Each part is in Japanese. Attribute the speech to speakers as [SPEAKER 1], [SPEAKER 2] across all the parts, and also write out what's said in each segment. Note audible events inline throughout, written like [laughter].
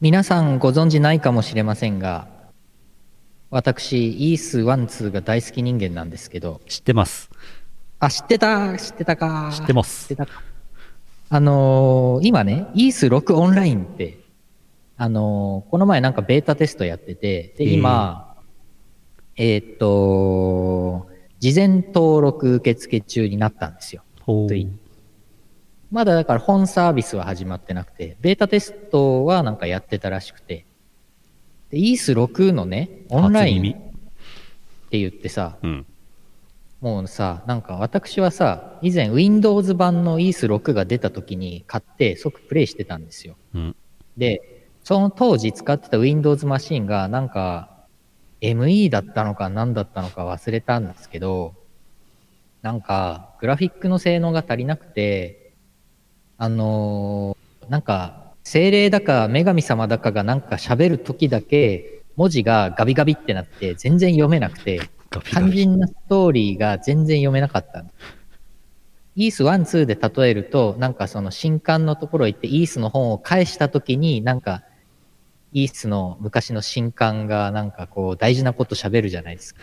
[SPEAKER 1] 皆さんご存知ないかもしれませんが私イースワンツーが大好き人間なんですけど
[SPEAKER 2] 知ってます。
[SPEAKER 1] あ知ってた知ってたか
[SPEAKER 2] 知ってま
[SPEAKER 1] 知っ
[SPEAKER 2] す
[SPEAKER 1] て。たかあのー今ねイース6オンラインってあのーこの前なんかベータテストやっててで今えーっと事前登録受付中になったんですよ
[SPEAKER 2] ほう
[SPEAKER 1] といまだだから本サービスは始まってなくて、ベータテストはなんかやってたらしくて、で、イース6のね、オンライ
[SPEAKER 2] 初
[SPEAKER 1] ン
[SPEAKER 2] 耳
[SPEAKER 1] って言ってさ、
[SPEAKER 2] うん。
[SPEAKER 1] もうさ、なんか私はさ、以前 Windows 版のイース6が出た時に買って即プレイしてたんですよ。
[SPEAKER 2] うん。
[SPEAKER 1] で、その当時使ってた Windows マシンがなんか ME だったのか何だったのか忘れたんですけど、なんかグラフィックの性能が足りなくて、あのーなんか精霊だか女神様だかがなんか喋る時だけ文字がガビガビってなって全然読めなくて、
[SPEAKER 2] ガビガ
[SPEAKER 1] 肝
[SPEAKER 2] ビ。
[SPEAKER 1] 心なストーリーが全然読めなかったの。イース1、2で例えると、なんかその新刊のところ行って、イースの本を返したときに、なんか、イースの昔の新刊がなんかこう大事なこと喋るじゃないですか。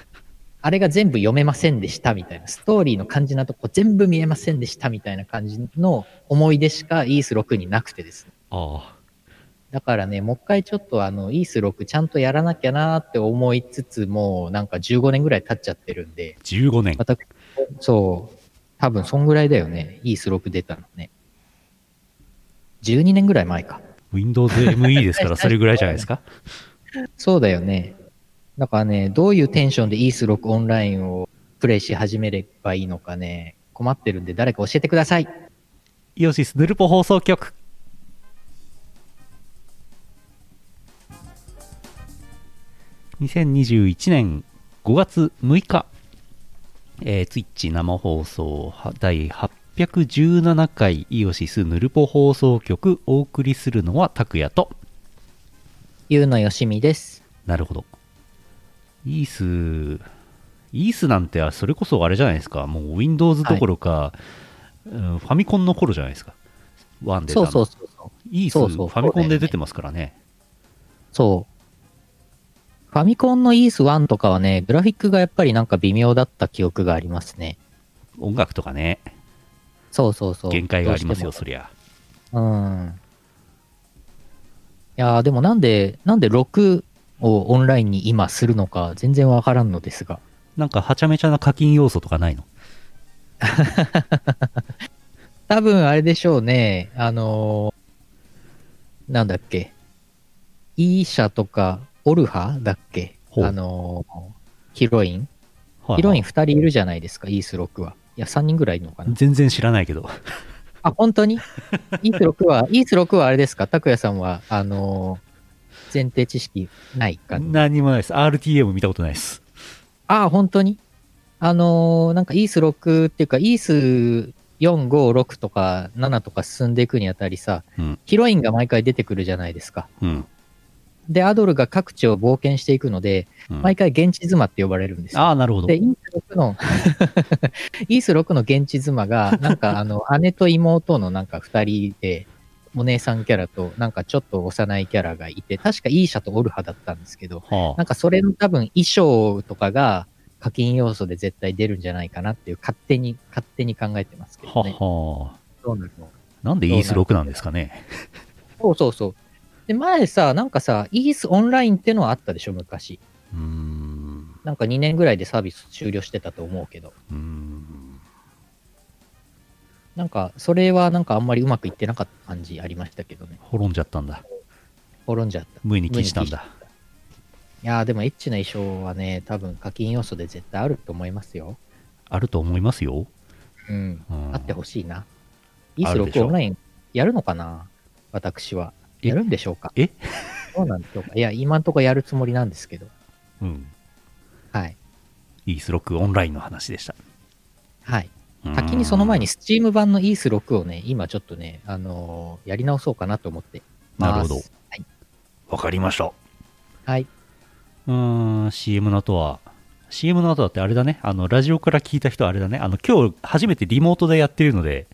[SPEAKER 1] あれが全部読めませんでしたみたいな、ストーリーの肝心なとこ全部見えませんでしたみたいな感じの思い出しかイース6になくてですね。
[SPEAKER 2] あ
[SPEAKER 1] だからね、もう一回ちょっとあの、イース6ちゃんとやらなきゃなーって思いつつ、もうなんか15年ぐらい経っちゃってるんで、
[SPEAKER 2] あ、15年。
[SPEAKER 1] 私、そう、多分そんぐらいだよね。いいスロープ出たのね。12年ぐらい前か。
[SPEAKER 2] Windows ME ですから、それぐらいじゃないですか。
[SPEAKER 1] そうだよね。だからね、どういうテンションでイースロックオンラインをプレイし始めればいいのかね、困ってるんで誰か教えてください。
[SPEAKER 2] イオシスヌルポ放送局。2021年5月6日、えー、ツイッチ生放送は第817回イオシスヌルポ放送局お送りするのは拓也と
[SPEAKER 1] ゆうのよしみです。
[SPEAKER 2] なるほど。イース、イースなんてそれこそあれじゃないですか、もう Windows どころか、うんファミコンの頃じゃないですか。ワンで
[SPEAKER 1] そうそうそうそう。
[SPEAKER 2] イース
[SPEAKER 1] そうそう
[SPEAKER 2] ファミコンで出てますからね。
[SPEAKER 1] そう。ファミコンのイース1とかはね、グラフィックがやっぱりなんか微妙だった記憶がありますね。
[SPEAKER 2] 音楽とかね、
[SPEAKER 1] そうそうそう。
[SPEAKER 2] 限界があります
[SPEAKER 1] ど
[SPEAKER 2] よ、
[SPEAKER 1] うしても
[SPEAKER 2] そりゃ。
[SPEAKER 1] うん。いやーでもなんで、なんで6をオンラインに今するのか全然わからんのですが。
[SPEAKER 2] なんかはちゃめちゃな課金要素とかないの
[SPEAKER 1] 多分あれでしょうね。あのーなんだっけ。イーシャとかオルハだっけ
[SPEAKER 2] ほう
[SPEAKER 1] あのーヒロイン
[SPEAKER 2] はい
[SPEAKER 1] ヒロイン2人いるじゃないですか、イース6は。いや、3人ぐらいいるのかな。
[SPEAKER 2] 全然知らないけど。
[SPEAKER 1] あ、本当にイース6は、イース6はあれですか拓也さんは、あのー前提知識ないかな
[SPEAKER 2] 何もないです。RTA も見たことないです。
[SPEAKER 1] ああ、本当にあのーなんかイース6っていうか、イース4、5、6とか7とか進んでいくにあたりさ、
[SPEAKER 2] うん。
[SPEAKER 1] ヒロインが毎回出てくるじゃないですか。
[SPEAKER 2] うん。
[SPEAKER 1] で、アドルが各地を冒険していくので、
[SPEAKER 2] うん、
[SPEAKER 1] 毎回現地妻って呼ばれるんですよ。
[SPEAKER 2] ああ、なるほど
[SPEAKER 1] で、。イース6の、
[SPEAKER 2] [laughs]
[SPEAKER 1] イース6の現地妻が、なんかあ
[SPEAKER 2] [laughs]
[SPEAKER 1] の、姉と妹のなんか二人で、お姉さんキャラと、なんかちょっと幼いキャラがいて、確かイーシャとオルハだったんですけど、
[SPEAKER 2] は
[SPEAKER 1] なんかそれの多分衣装とかが課金要素で絶対出るんじゃないかなっていう勝手に、勝手に考えてますけ
[SPEAKER 2] あ、
[SPEAKER 1] どね。
[SPEAKER 2] はは
[SPEAKER 1] どうなるの
[SPEAKER 2] なんでイース6なんですかね。
[SPEAKER 1] そうそうそう。で、前さ、なんかさ、イースオンラインってのはあったでしょ、昔。
[SPEAKER 2] うーん。
[SPEAKER 1] なんか2年ぐらいでサービス終了してたと思うけど。
[SPEAKER 2] うーん。
[SPEAKER 1] なんか、それはなんかあんまりうまくいってなかった感じありましたけどね。
[SPEAKER 2] 滅んじゃったんだ。
[SPEAKER 1] 滅んじゃった。
[SPEAKER 2] 無意に禁したんだ。
[SPEAKER 1] いやーでもエッチな衣装はね、多分課金要素で絶対あると思いますよ。
[SPEAKER 2] あると思いますよ。
[SPEAKER 1] うん。
[SPEAKER 2] うん
[SPEAKER 1] あってほしいな。イー
[SPEAKER 2] あ
[SPEAKER 1] ス
[SPEAKER 2] るでしょ
[SPEAKER 1] 6オンラインやるのかな私は。
[SPEAKER 2] え
[SPEAKER 1] やるんでしょうか
[SPEAKER 2] え
[SPEAKER 1] [laughs] そうなんでしょうかいや、今んとこやるつもりなんですけど。
[SPEAKER 2] うん。
[SPEAKER 1] はい。
[SPEAKER 2] イース6オンラインの話でした。
[SPEAKER 1] はい。
[SPEAKER 2] うーん
[SPEAKER 1] 先にその前に、スチーム版のイース6をね、今ちょっとね、あのーやり直そうかなと思ってます。
[SPEAKER 2] なるほど
[SPEAKER 1] はい。
[SPEAKER 2] わかりました。
[SPEAKER 1] はい。
[SPEAKER 2] うーん、CM の後は、CM の後だってあれだね、あの、ラジオから聞いた人はあれだね、あの、今日初めてリモートでやってるので、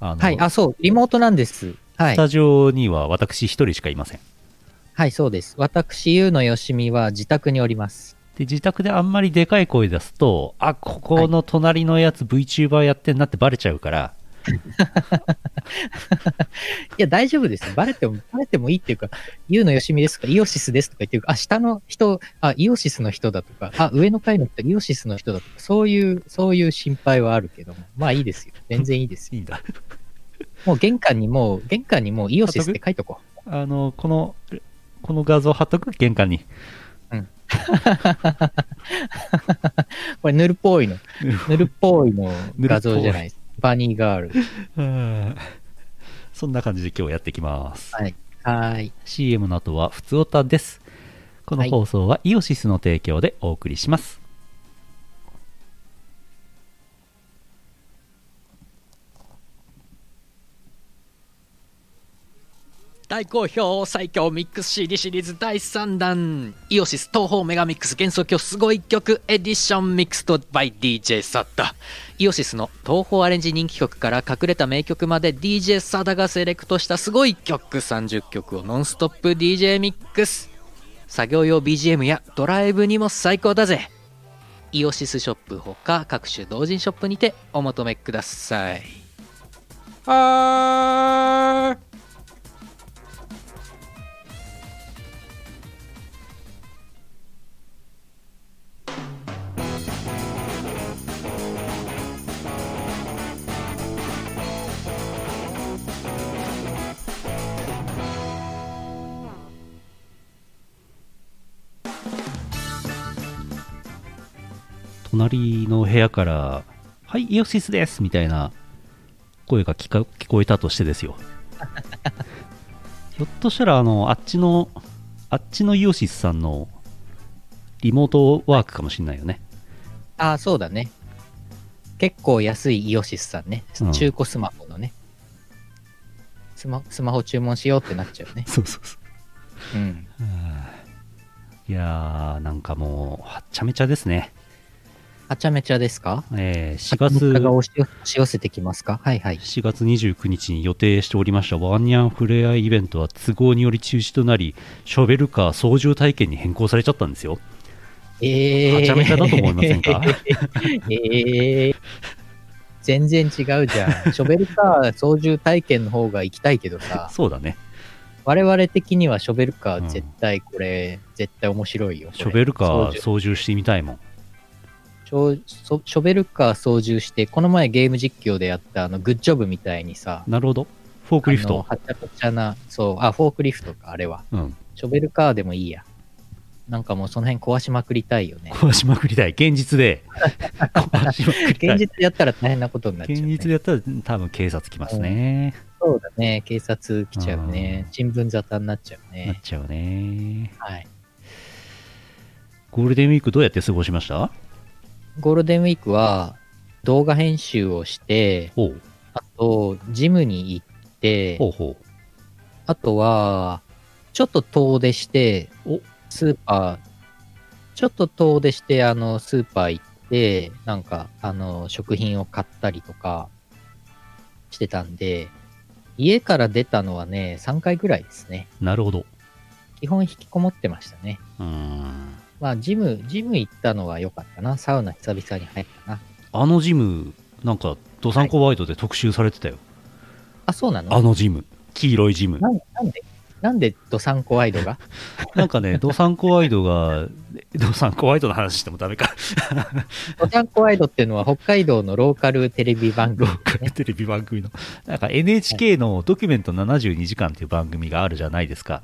[SPEAKER 2] あの、
[SPEAKER 1] はい。あ、そう、リモートなんです。は
[SPEAKER 2] ス
[SPEAKER 1] い。
[SPEAKER 2] タジオには私一人しかいません。
[SPEAKER 1] はい、そうです。私、ゆうのよしみは自宅におります。
[SPEAKER 2] で、自宅であんまりでかい声出すと、あ、ここの隣のやつ VTuber やってんなってバレちゃうから、
[SPEAKER 1] いや、大丈夫ですよ。バレても、 [laughs] バレてもいいっていうか、ゆうのよしみですとか、イオシスですとか言ってるあ、下の人、あ、イオシスの人だとか、あ、上の階の人、イオシスの人だとか、そういう、そういう心配はあるけども、まあいいですよ。全然いいです
[SPEAKER 2] [laughs]
[SPEAKER 1] よ。
[SPEAKER 2] いいんだ。
[SPEAKER 1] もう玄関にもう、玄関にもうイオシスって書いとこう。
[SPEAKER 2] あの、この、この画像貼っとく玄関に。
[SPEAKER 1] これ、ぬるっぽいの。ぬるっぽいの画像じゃないです。バニーガール。
[SPEAKER 2] うんそんな感じで今日やっていきます。
[SPEAKER 1] はい。はーい。
[SPEAKER 2] CM の後は、ふつおたです。この
[SPEAKER 1] はい
[SPEAKER 2] 放送はイオシスの提供でお送りします。
[SPEAKER 1] 大好評最強ミックス CD シリーズ第3弾イオシス東方メガミックス幻想郷すごい曲エディションミックスと by DJ サダイオシスの東方アレンジ人気曲から隠れた名曲まで DJ サダがセレクトしたすごい曲30曲をノンストップ DJ ミックス作業用 BGM やドライブにも最高だぜイオシスショップほか各種同人ショップにてお求めくださいはー
[SPEAKER 2] 隣の部屋から、はい、イオシスですみたいな声が聞か聞こえたとしてです [laughs] よ。ひょっとしたら、あの、あっちの、あっちのイオシスさんのリモートワークかもしれないよね。
[SPEAKER 1] ああ、そうだね。結構安いイオシスさんね
[SPEAKER 2] うん。。
[SPEAKER 1] 中古スマホのね。スマスマホ注文しようってなっちゃうね
[SPEAKER 2] [laughs] そうそうそう。
[SPEAKER 1] うん。
[SPEAKER 2] いやー、なんかもう、はっちゃめちゃですね。
[SPEAKER 1] はちゃめちゃですか
[SPEAKER 2] え
[SPEAKER 1] 4
[SPEAKER 2] ー、4
[SPEAKER 1] 月
[SPEAKER 2] 月、
[SPEAKER 1] が押し寄押し寄せてきますかはいはい。
[SPEAKER 2] 4月29日に予定しておりましたワンニャンふれあいイベントは都合により中止となり、ショベルカー操縦体験に変更されちゃったんですよ。
[SPEAKER 1] えー。
[SPEAKER 2] はちゃめちゃだと思いませんか
[SPEAKER 1] [laughs] えー。全然違うじゃん。
[SPEAKER 2] [laughs]
[SPEAKER 1] ショベルカー操縦体験の方が行きたいけどさ、
[SPEAKER 2] そうだね。
[SPEAKER 1] 我々的にはショベルカー絶対これ、絶対面白いよ。これ
[SPEAKER 2] ショベルカ
[SPEAKER 1] 操
[SPEAKER 2] ー
[SPEAKER 1] 縦
[SPEAKER 2] 操縦してみたいもん。
[SPEAKER 1] ショそショベルカー操縦して、この前ゲーム実況でやったあのグッジョブみたいにさ、
[SPEAKER 2] なるほど。フォークリフ
[SPEAKER 1] あの
[SPEAKER 2] ト。
[SPEAKER 1] はちゃはちゃな、そう、あ、フォークリフトか、あれは。
[SPEAKER 2] うん。
[SPEAKER 1] ショベルカーでもいいや。なんかもうその辺壊しまくりたいよね。
[SPEAKER 2] 壊しまくりたい。現
[SPEAKER 1] [laughs]
[SPEAKER 2] 実で。壊しまくり
[SPEAKER 1] 現
[SPEAKER 2] た
[SPEAKER 1] 実
[SPEAKER 2] い。
[SPEAKER 1] でやったら大変なことになっちゃう、
[SPEAKER 2] 現
[SPEAKER 1] ね。
[SPEAKER 2] 実でやったら多分警察来ますね。
[SPEAKER 1] そうだね。警察来ちゃうね。新聞沙汰になっちゃう
[SPEAKER 2] なっ
[SPEAKER 1] ね。
[SPEAKER 2] ちゃうね。
[SPEAKER 1] はい。
[SPEAKER 2] ゴールデンウィークどうやって過ごしました
[SPEAKER 1] ゴールデンウィークは動画編集をして、
[SPEAKER 2] ほう。
[SPEAKER 1] あと、ジムに行って、
[SPEAKER 2] ほうほう。
[SPEAKER 1] あとは、ちょっと遠出して
[SPEAKER 2] お、
[SPEAKER 1] スーパー、ちょっと遠出して、あの、スーパー行って、なんか、あの、食品を買ったりとかしてたんで、家から出たのはね、3回ぐらいですね。
[SPEAKER 2] なるほど。
[SPEAKER 1] 基本引きこもってましたね。
[SPEAKER 2] うーん。
[SPEAKER 1] まあ、ジム、ジム行ったのは良かったな。サウナ久々に入ったな。
[SPEAKER 2] あのジム、なんか、ドサンコワイドで特集されてたよ。
[SPEAKER 1] あ、そうなの
[SPEAKER 2] あのジム。黄色いジム。
[SPEAKER 1] なんなんで、なんでドサンコワイドが
[SPEAKER 2] なん
[SPEAKER 1] [laughs]
[SPEAKER 2] かね、ドサンコワイドが、ドサンコワイドの話してもダメか。
[SPEAKER 1] ドサンコワイドっていうのは北海道の [laughs] ローカルテレビ番
[SPEAKER 2] ロ
[SPEAKER 1] 組。
[SPEAKER 2] ーカルテレビ番組の、なんか NHK のドキュメント72時間っていう番組があるじゃないですか。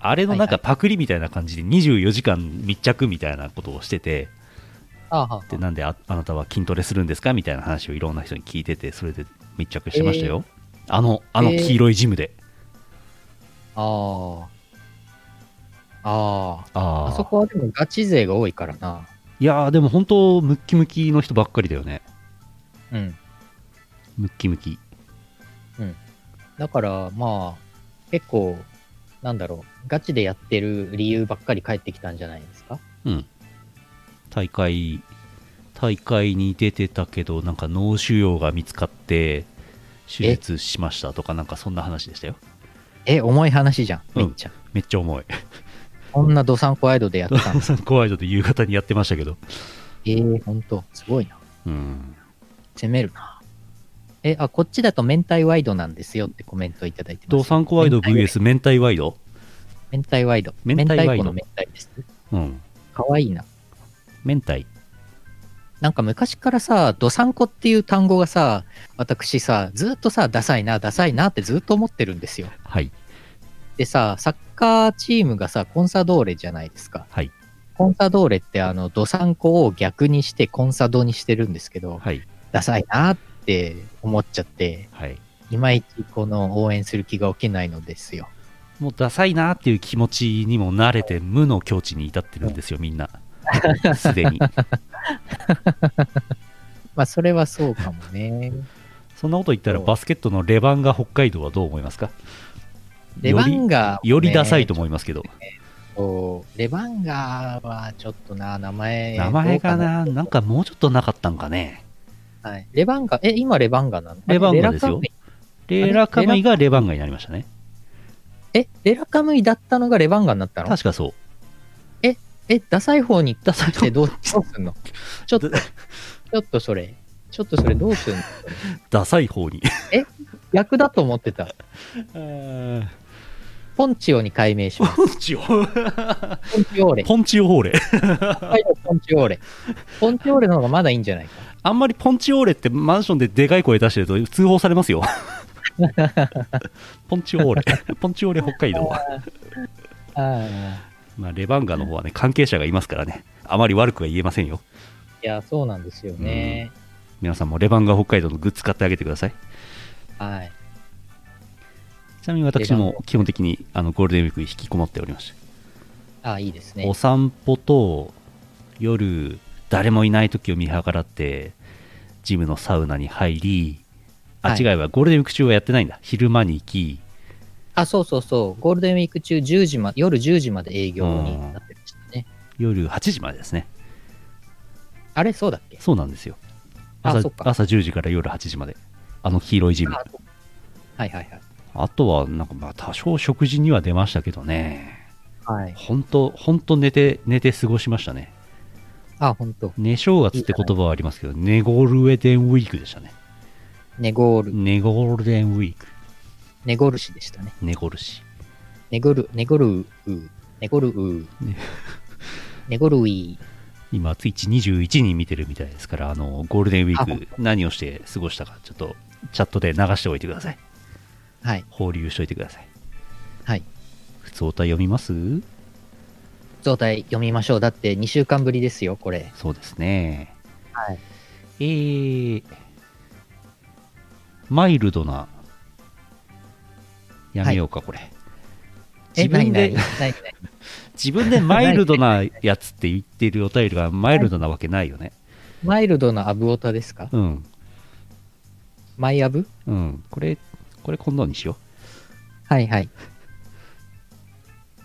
[SPEAKER 2] あれのなん
[SPEAKER 1] はいは
[SPEAKER 2] かパクリみたいな感じで24時間密着みたいなことをしてて、
[SPEAKER 1] ああ、
[SPEAKER 2] で、なんで [laughs] ああなたは筋トレするんですかみたいな話をいろんな人に聞いてて、それで密着してましたよ。あの、あの
[SPEAKER 1] えー
[SPEAKER 2] 黄色いジムで。
[SPEAKER 1] ああ。ああ。
[SPEAKER 2] あ
[SPEAKER 1] あ
[SPEAKER 2] あ
[SPEAKER 1] そこはでもガチ勢が多いからな。
[SPEAKER 2] いやーでも本当、ムッキムキの人ばっかりだよね。
[SPEAKER 1] うん。
[SPEAKER 2] ムッキムキ。
[SPEAKER 1] だから、まあ、結構、なんだろう、ガチでやってる理由ばっかり返ってきたんじゃないですか。
[SPEAKER 2] うん。大会、大会に出てたけど、なんか脳腫瘍が見つかって、手術しましたとか、なんかそんな話でしたよ。
[SPEAKER 1] え、重い話じゃん、
[SPEAKER 2] うん
[SPEAKER 1] みっちゃん。
[SPEAKER 2] めっちゃ重い。 [laughs]
[SPEAKER 1] こんなドサンコアイドでやって [laughs] たんだ。
[SPEAKER 2] 怖いので夕方にやってましたけど。
[SPEAKER 1] えー、ほんと、すごいな。
[SPEAKER 2] うん。
[SPEAKER 1] 攻めるな。え、あ、こっちだと明太ワイドなんですよってコメントいただいてます。
[SPEAKER 2] ドサンコワイド VS 明太ワイド。
[SPEAKER 1] 明太ワイド。
[SPEAKER 2] 明
[SPEAKER 1] 明
[SPEAKER 2] 太
[SPEAKER 1] 太
[SPEAKER 2] ワイド
[SPEAKER 1] 子の明太です。
[SPEAKER 2] うん。
[SPEAKER 1] かわいいな。
[SPEAKER 2] 明太。
[SPEAKER 1] なんか昔からさ、ドサンコっていう単語がさ、私さ、ずっとさ、ダサいな、ダサいなってずっと思ってるんですよ。
[SPEAKER 2] はい。
[SPEAKER 1] でさ、サッカーチームがさ、コンサドーレじゃないですか。
[SPEAKER 2] はい。
[SPEAKER 1] コンサドーレってあの、ドサンコを逆にしてコンサドにしてるんですけど、
[SPEAKER 2] はい。
[SPEAKER 1] ダサいなって思っちゃって、
[SPEAKER 2] はい。
[SPEAKER 1] いまいちこの応援する気が起きないのですよ。
[SPEAKER 2] もうダサいなっていう気持ちにも慣れて無の境地に至ってるんですよ、みん [laughs] な。すでに。
[SPEAKER 1] まあ、それはそうかも
[SPEAKER 2] [laughs]
[SPEAKER 1] ね。
[SPEAKER 2] そんなこと言ったらバスケットのレバンガ北海道はどう思いますか
[SPEAKER 1] レバンガ、
[SPEAKER 2] よりダサいと思いますけど。
[SPEAKER 1] そう。レバンガはちょっとな、名前。
[SPEAKER 2] 名前
[SPEAKER 1] ど
[SPEAKER 2] が
[SPEAKER 1] う
[SPEAKER 2] な、
[SPEAKER 1] か
[SPEAKER 2] なんかもうちょっとなかったんかね。
[SPEAKER 1] はい。レバンガ、え、今レバンガなの
[SPEAKER 2] レバンガですよ
[SPEAKER 1] あれ
[SPEAKER 2] レラカムイがレバンガになりましたね。
[SPEAKER 1] レラカムイえ、レラカムイだったのがレバンガになったの
[SPEAKER 2] 確かそう。
[SPEAKER 1] え、ダサい方に
[SPEAKER 2] ダサい
[SPEAKER 1] 来てどうどうすんのちょっと、ち
[SPEAKER 2] だ
[SPEAKER 1] ょっとそれ、ちょっとそれどうすんの
[SPEAKER 2] ダサい方に。
[SPEAKER 1] 逆だと思ってた。ポンチオに改名します。
[SPEAKER 2] [laughs] ポンチオ。
[SPEAKER 1] ポンチオーレ。
[SPEAKER 2] ポンチオホーレ。
[SPEAKER 1] 北海道ポンチオーレ。ポンチオーレの方がまだいいんじゃないか。
[SPEAKER 2] あんまりポンチオーレってマンションででかい声出してると通報さ
[SPEAKER 1] [laughs]
[SPEAKER 2] れますよ。ポンチオーレ。ポンチオーレ北海道。
[SPEAKER 1] ああ。
[SPEAKER 2] まあ、レバンガの方はね、関係者がいますからね。あまり悪くは言えませんよ。
[SPEAKER 1] いや、そうなんですよね。
[SPEAKER 2] 皆さんもレバンガ北海道のグッズ買ってあげてください。
[SPEAKER 1] はい。
[SPEAKER 2] ちなみに私も基本的にあのゴールデンウィークに引きこもっておりました。
[SPEAKER 1] ああ、いいです
[SPEAKER 2] お
[SPEAKER 1] ね。
[SPEAKER 2] 散歩と夜誰もいない時を見計らってジムのサウナに入りあ、
[SPEAKER 1] はい
[SPEAKER 2] 違いはゴールデンウィーク中はやってないんだ昼間に行き
[SPEAKER 1] あ、そうそうそう。ゴールデンウィーク中10時ま、夜10時まで営業になってましたね。
[SPEAKER 2] 夜8時までですね
[SPEAKER 1] あれ、そうだっけ
[SPEAKER 2] そうなんですよ
[SPEAKER 1] あ
[SPEAKER 2] 朝
[SPEAKER 1] そっか
[SPEAKER 2] 朝10時から夜8時まであの黄色いジム
[SPEAKER 1] あそうはいはい
[SPEAKER 2] あとはなんかまあ多少食事には出ましたけどね
[SPEAKER 1] はい。はい。
[SPEAKER 2] 本当本当寝て寝て過ごしましたね
[SPEAKER 1] あ、本当。
[SPEAKER 2] 寝正月って言葉はありますけど寝ゴールウェデンウィークでしたね
[SPEAKER 1] ネゴール、
[SPEAKER 2] 寝ゴールデンウィーク
[SPEAKER 1] ネゴル市でしたね。
[SPEAKER 2] 寝ゴルシ
[SPEAKER 1] ネゴル、ネゴルウー、ネゴルウー
[SPEAKER 2] ね、
[SPEAKER 1] ネゴルウィー。
[SPEAKER 2] 今、ツイッチ21人見てるみたいですから、あのゴールデンウィ
[SPEAKER 1] あ
[SPEAKER 2] ー
[SPEAKER 1] 本
[SPEAKER 2] ク、何をして過ごしたか、ちょっとチャットで流しておいてください。
[SPEAKER 1] はい、
[SPEAKER 2] 放流しておいてください。
[SPEAKER 1] はい。
[SPEAKER 2] 普通お題読みます
[SPEAKER 1] 状態読みましょう。だって2週間ぶりですよ、これ。
[SPEAKER 2] そうですね。
[SPEAKER 1] はい。
[SPEAKER 2] えー、マイルドな、やめようか、これ。
[SPEAKER 1] え、
[SPEAKER 2] 自分
[SPEAKER 1] ない
[SPEAKER 2] で
[SPEAKER 1] ない、ないない
[SPEAKER 2] 自分でマイルドなやつって言ってるお便りがマイルドなわけないよね。
[SPEAKER 1] マイルドなアブオタですか
[SPEAKER 2] うん。
[SPEAKER 1] マイアブ
[SPEAKER 2] うん。これ、これ今度にしよ
[SPEAKER 1] はいはい。
[SPEAKER 2] う。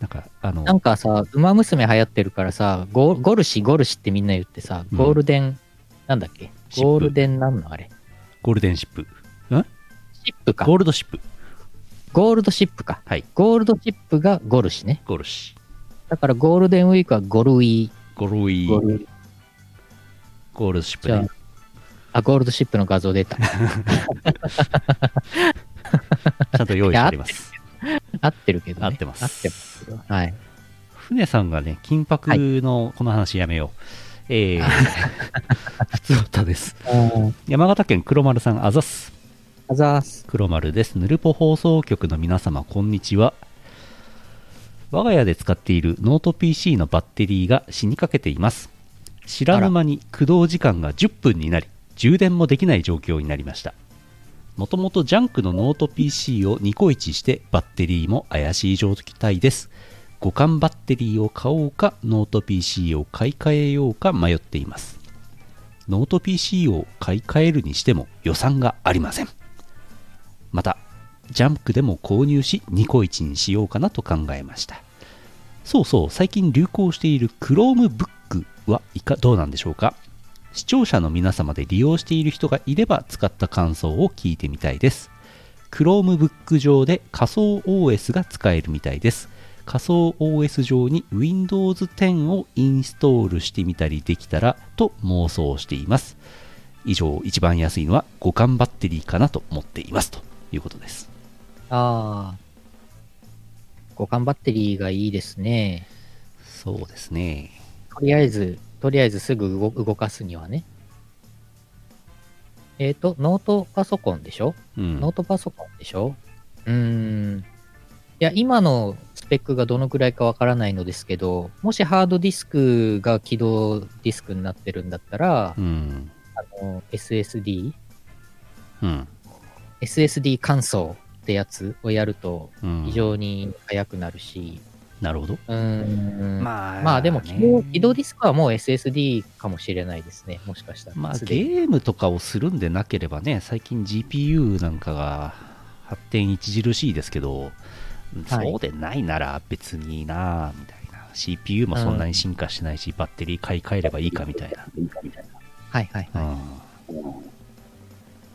[SPEAKER 2] なんか、あの、
[SPEAKER 1] なんかさ、ウマ娘流行ってるからさ、ゴゴルシ、ゴルシってみんな言ってさ、
[SPEAKER 2] うん
[SPEAKER 1] ゴールデン、なんだっけ
[SPEAKER 2] シップ
[SPEAKER 1] ゴールデンなんのあれ
[SPEAKER 2] ゴールデンシップ。
[SPEAKER 1] シップか。
[SPEAKER 2] ゴールドシップ。
[SPEAKER 1] ゴールドシップか。
[SPEAKER 2] はい。
[SPEAKER 1] ゴールドシップがゴルシね。
[SPEAKER 2] ゴルシ。
[SPEAKER 1] だからゴールデンウィークはゴルウィー。
[SPEAKER 2] ゴルイ
[SPEAKER 1] ゴルウィー
[SPEAKER 2] ゴールドシップ
[SPEAKER 1] じゃあ
[SPEAKER 2] ね。、
[SPEAKER 1] あ、ゴールドシップの画像
[SPEAKER 2] [laughs]
[SPEAKER 1] 出た。
[SPEAKER 2] ちゃんと用意してあ
[SPEAKER 1] [laughs]
[SPEAKER 2] ります。
[SPEAKER 1] 合ってるけど、ね。
[SPEAKER 2] 合ってます。
[SPEAKER 1] 合ってますけど。はい。
[SPEAKER 2] 船さんがね、金箔のこの話やめよう。
[SPEAKER 1] [laughs]
[SPEAKER 2] えー、普通歌です。山形県黒丸さん、あざっす。
[SPEAKER 1] あざーす。
[SPEAKER 2] 黒丸です。ぬるぽ放送局の皆様、こんにちは。我が家で使っているノート PC のバッテリーが死にかけています。知らぬ間に駆動時間が10分になり、充電もできない状況になりました。もともとジャンクのノート PC をニコイチしてバッテリーも怪しい状態です。互換バッテリーを買おうか、ノート PC を買い替えようか迷っています。ノート PC を買い替えるにしても予算がありません。またジャンクでも購入しニコイチにしようかなと考えましたそうそう最近流行している Chromebook はいかどうなんでしょうか視聴者の皆様で利用している人がいれば使った感想を聞いてみたいです Chromebook 上で仮想 OS が使えるみたいです仮想 OS 上に Windows 10をインストールしてみたりできたらと妄想しています以上一番安いのは互換バッテリーかなと思っていますということです
[SPEAKER 1] ああ。互換バッテリーがいいですね。
[SPEAKER 2] そうですね
[SPEAKER 1] とりあえず、とりあえずすぐ動動かすにはね。えっ、と、ノートパソコンでしょ、
[SPEAKER 2] うん
[SPEAKER 1] ノートパソコンでしょうーん。いや、今のスペックがどのくらいかわからないのですけど、もしハードディスクが起動ディスクになってるんだったら
[SPEAKER 2] う、ん
[SPEAKER 1] あの SSD、
[SPEAKER 2] うん、
[SPEAKER 1] SSD 乾燥ってやつをやると
[SPEAKER 2] うん、
[SPEAKER 1] 非常に速くなるし、
[SPEAKER 2] なるほど
[SPEAKER 1] うーん。
[SPEAKER 2] ま
[SPEAKER 1] まあでも起動、起動デ
[SPEAKER 2] で
[SPEAKER 1] ィスクはもう SSD かもしれないですね、もしかしたら。
[SPEAKER 2] まあ
[SPEAKER 1] す
[SPEAKER 2] ゲ
[SPEAKER 1] でに
[SPEAKER 2] ームとかをするんでなければね最近 GPU なんかが発展著しいですけど、
[SPEAKER 1] はい
[SPEAKER 2] そうでないなら別になみたいな CPU もそんなに進化しないし、バッテリー買い替えればいいかみたいな、
[SPEAKER 1] はいはいはい。
[SPEAKER 2] うん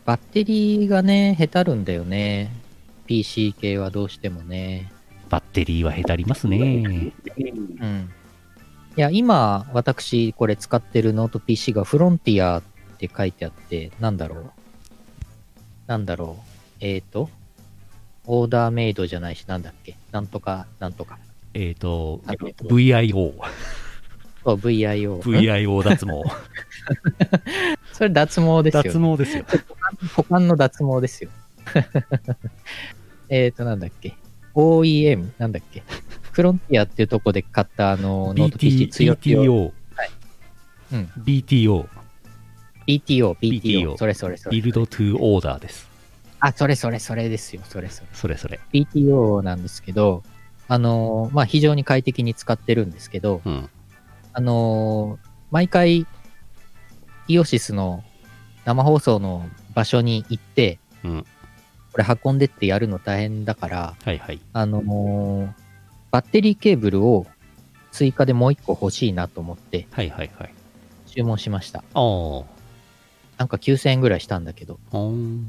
[SPEAKER 1] バッテリーがね、へたるんだよね。PC 系はどうしてもね。
[SPEAKER 2] バッテリーはへたりますね
[SPEAKER 1] うん。いや、今、私、これ使ってるノート PC がフロンティアって書いてあって、なんだろう。なんだろう。えっ、ー、と、オーダーメイドじゃないし、なんだっけ。なんとか、なんとか。
[SPEAKER 2] えっ、と
[SPEAKER 1] なんとか
[SPEAKER 2] VIO
[SPEAKER 1] そう、VIO。ん
[SPEAKER 2] VIO 脱毛
[SPEAKER 1] それ脱毛ですよね
[SPEAKER 2] 脱毛ですよ
[SPEAKER 1] 股間の脱毛ですよ。 [laughs] えっと、なんだっけ。OEM、なんだっけ。フロンティアっていうとこで買ったあの、ノート PC 強強。
[SPEAKER 2] BTO
[SPEAKER 1] うん
[SPEAKER 2] BTO
[SPEAKER 1] BTO、
[SPEAKER 2] BTO
[SPEAKER 1] BTO。それそれそ
[SPEAKER 2] ビ
[SPEAKER 1] れ。
[SPEAKER 2] ルドトゥオーダーです
[SPEAKER 1] あ、それそれそれですよ。それそれ。
[SPEAKER 2] それそれ
[SPEAKER 1] BTO なんですけど、あのー、まあ、非常に快適に使ってるんですけど、
[SPEAKER 2] うん
[SPEAKER 1] あのー、毎回、イオシスの生放送の場所に行って、
[SPEAKER 2] うん
[SPEAKER 1] これ運んでってやるの大変だから、
[SPEAKER 2] はいはい
[SPEAKER 1] あのーバッテリーケーブルを追加でもう一個欲しいなと思って
[SPEAKER 2] はいはいはい
[SPEAKER 1] 注文しました。
[SPEAKER 2] あー
[SPEAKER 1] なんか9000円ぐらいしたんだけど、
[SPEAKER 2] あー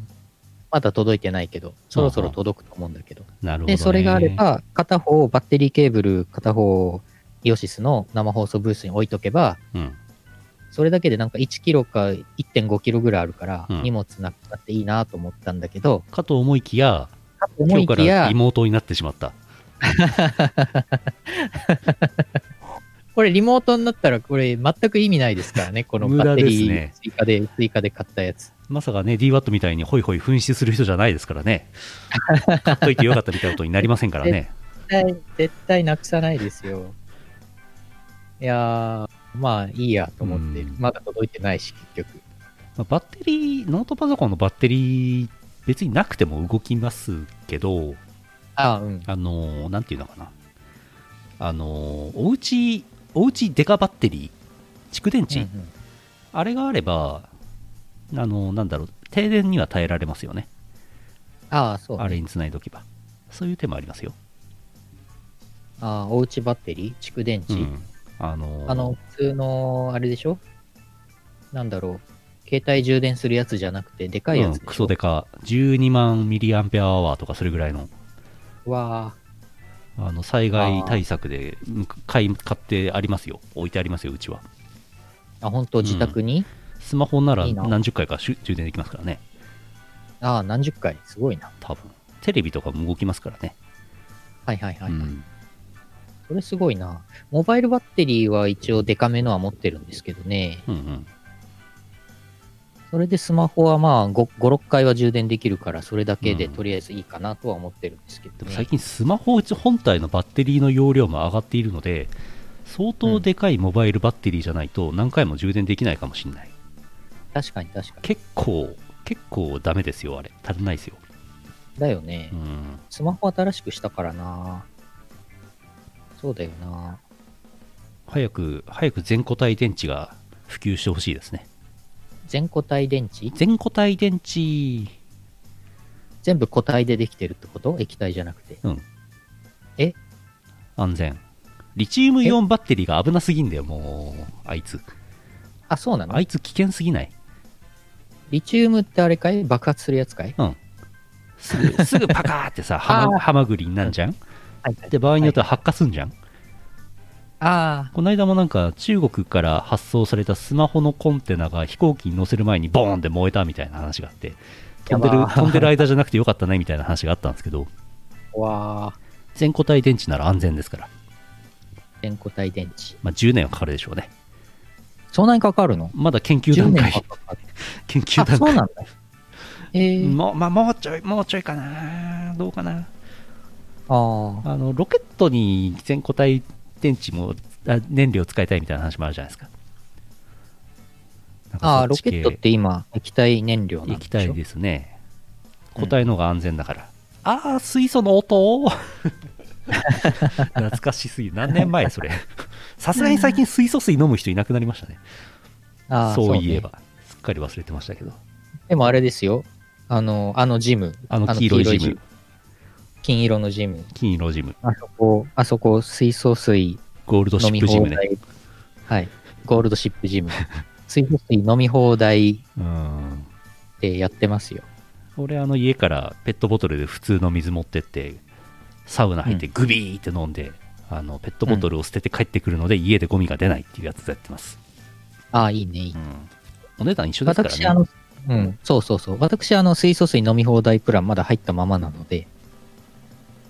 [SPEAKER 1] まだ届いてないけど、そろそろ届くと思うんだけど。
[SPEAKER 2] なるほど、
[SPEAKER 1] で、
[SPEAKER 2] ね、
[SPEAKER 1] それがあれば、片方バッテリーケーブル、片方イオシスの生放送ブースに置いとけば、
[SPEAKER 2] うん
[SPEAKER 1] それだけでなんか1キロか1.5キロぐらいあるから、
[SPEAKER 2] うん
[SPEAKER 1] 荷物なくなっていいなと思ったんだけど、
[SPEAKER 2] かと思いきや
[SPEAKER 1] 思
[SPEAKER 2] 今日
[SPEAKER 1] い
[SPEAKER 2] か
[SPEAKER 1] き
[SPEAKER 2] ら
[SPEAKER 1] や、
[SPEAKER 2] 妹になってしまった
[SPEAKER 1] これリモートになったらこれ全く意味ないですからね、この
[SPEAKER 2] [laughs] 無
[SPEAKER 1] バ
[SPEAKER 2] 駄
[SPEAKER 1] ッ
[SPEAKER 2] で
[SPEAKER 1] テ
[SPEAKER 2] す
[SPEAKER 1] リ
[SPEAKER 2] ね
[SPEAKER 1] ー追加で、追加で買ったやつ。
[SPEAKER 2] まさかね DWAT みたいにホイホイ紛失する人じゃないですか
[SPEAKER 1] [laughs]
[SPEAKER 2] らね買っといてよかったみたいなことになりませんからね
[SPEAKER 1] 絶対、絶対なくさないですよ。いやー、まあいいやと思って
[SPEAKER 2] うん、
[SPEAKER 1] まだ届いてないし、結局。
[SPEAKER 2] まあバッテリーノートパソコンのバッテリー別になくても動きますけど
[SPEAKER 1] ああ、うん。
[SPEAKER 2] あのーなんていうのかなあのーおうちおうちデカバッテリー蓄電
[SPEAKER 1] う
[SPEAKER 2] 池、
[SPEAKER 1] んうん
[SPEAKER 2] あれがあればあのーなんだろう停電には耐えられますよね
[SPEAKER 1] ああ、そう、
[SPEAKER 2] あれ
[SPEAKER 1] ね。
[SPEAKER 2] につないどけばそういう手もありますよ、
[SPEAKER 1] ああ、おうちバッテリー蓄電池、
[SPEAKER 2] うんあのー
[SPEAKER 1] あの、普通の、あれでしょなんだろう。携帯充電するやつじゃなくて、でかいや
[SPEAKER 2] うん
[SPEAKER 1] つでしょ、
[SPEAKER 2] クソデカ12万ミリアンペアアワーとかそれぐらいの
[SPEAKER 1] わー
[SPEAKER 2] あの災害対策でうん買い買ってありますよ置いてありますようちは
[SPEAKER 1] あ、本当自宅に、
[SPEAKER 2] スマホなら
[SPEAKER 1] いいな
[SPEAKER 2] 何十回かしゅ充電できますからね
[SPEAKER 1] ああ、何十回。すごいな。
[SPEAKER 2] 多分テレビとかも動きますからね、
[SPEAKER 1] はいはいはい。
[SPEAKER 2] うん
[SPEAKER 1] それすごいな。モバイルバッテリーは一応デカめのは持ってるんですけどね。
[SPEAKER 2] うんうん
[SPEAKER 1] それでスマホはまあ5、6回は充電できるから、それだけで
[SPEAKER 2] うん
[SPEAKER 1] とりあえずいいかなとは思ってるんですけど、ね
[SPEAKER 2] でも最近スマホ本体のバッテリーの容量も上がっているので相当でかいモバイルバッテリーじゃないと何回も充電できないかもしれない
[SPEAKER 1] 確かに確かに。
[SPEAKER 2] 結構結構ダメですよあれ足りないですよ、
[SPEAKER 1] だよね
[SPEAKER 2] う。ん、
[SPEAKER 1] スマホ新しくしたからな。そうだよな。
[SPEAKER 2] 早く早く全固体電池が普及してほしいですね
[SPEAKER 1] 全固体電池
[SPEAKER 2] 全固体電池
[SPEAKER 1] 全部固体でできてるってこと液体じゃなくて。
[SPEAKER 2] 安全リチウムイオンバッテリーが危なすぎんだよもうあいつ
[SPEAKER 1] あ、そうなの
[SPEAKER 2] あいつ危険すぎない
[SPEAKER 1] リチウムってあれかい爆発するやつかい
[SPEAKER 2] うんすぐすぐパカーって [laughs] さはまはまぐりになんじゃん
[SPEAKER 1] はいはい
[SPEAKER 2] で場合によっては発火すんじゃん、
[SPEAKER 1] あ
[SPEAKER 2] この間もなんか中国から発送されたスマホのコンテナが飛行機に載せる前にボーンって燃えたみたいな話があって飛んで
[SPEAKER 1] や
[SPEAKER 2] る
[SPEAKER 1] ばー
[SPEAKER 2] 飛んでる間じゃなくてよかったねみたいな話があったんですけど
[SPEAKER 1] あ、わあ、
[SPEAKER 2] 全固体電池なら安全ですから、
[SPEAKER 1] 全固体電池。
[SPEAKER 2] まあ、10年はかかるでしょうね
[SPEAKER 1] そんなにかかるの
[SPEAKER 2] まだ研究
[SPEAKER 1] ?10
[SPEAKER 2] 段
[SPEAKER 1] 年は
[SPEAKER 2] 階
[SPEAKER 1] かかる。
[SPEAKER 2] 研究
[SPEAKER 1] あ、
[SPEAKER 2] 段
[SPEAKER 1] そう
[SPEAKER 2] 階
[SPEAKER 1] なんだ。ええ
[SPEAKER 2] もうまあ、もうちょいもうちょいかなどうかな
[SPEAKER 1] ああ、
[SPEAKER 2] あのロケットに全固体電池もあ燃料使いたいみたいな話もあるじゃないですかなんか
[SPEAKER 1] ああ
[SPEAKER 2] そ
[SPEAKER 1] ロ
[SPEAKER 2] っち
[SPEAKER 1] ケ
[SPEAKER 2] 系
[SPEAKER 1] ットって今、液体燃料なん
[SPEAKER 2] 液
[SPEAKER 1] でしょ
[SPEAKER 2] 体ですね
[SPEAKER 1] うん
[SPEAKER 2] 固体の方が安全だから、ああ水素の音 [laughs] 懐かしすぎる何年前それさすがに最近水素水飲む人いなくなりましたね
[SPEAKER 1] ああ
[SPEAKER 2] そういえ。
[SPEAKER 1] ね
[SPEAKER 2] ばすっかり忘れてましたけど
[SPEAKER 1] でもあれですよ。あの、あのジム。
[SPEAKER 2] あの黄色いジム
[SPEAKER 1] 金色のジム。
[SPEAKER 2] 金色ジム
[SPEAKER 1] あそこ、あそこ、水素水
[SPEAKER 2] ゴールドシ
[SPEAKER 1] 飲
[SPEAKER 2] ッ
[SPEAKER 1] み
[SPEAKER 2] プジ
[SPEAKER 1] 放
[SPEAKER 2] ムね
[SPEAKER 1] 題。はい。ゴールドシップ
[SPEAKER 2] [laughs]
[SPEAKER 1] ジム。水素水飲み放題
[SPEAKER 2] うん
[SPEAKER 1] でやってますよ。
[SPEAKER 2] 俺あの家からペットボトルで普通の水持ってってサウナ入ってグビーって飲んで、あのペットボトルを捨てて帰ってくるので、家でゴミが出ないっていうやつやってます、
[SPEAKER 1] ああ、いいね、いいね
[SPEAKER 2] うん、お値段一緒ですからね
[SPEAKER 1] 私、あの、うん、そうそうそう。私、あの、水素水飲み放題プランまだ入ったままなので、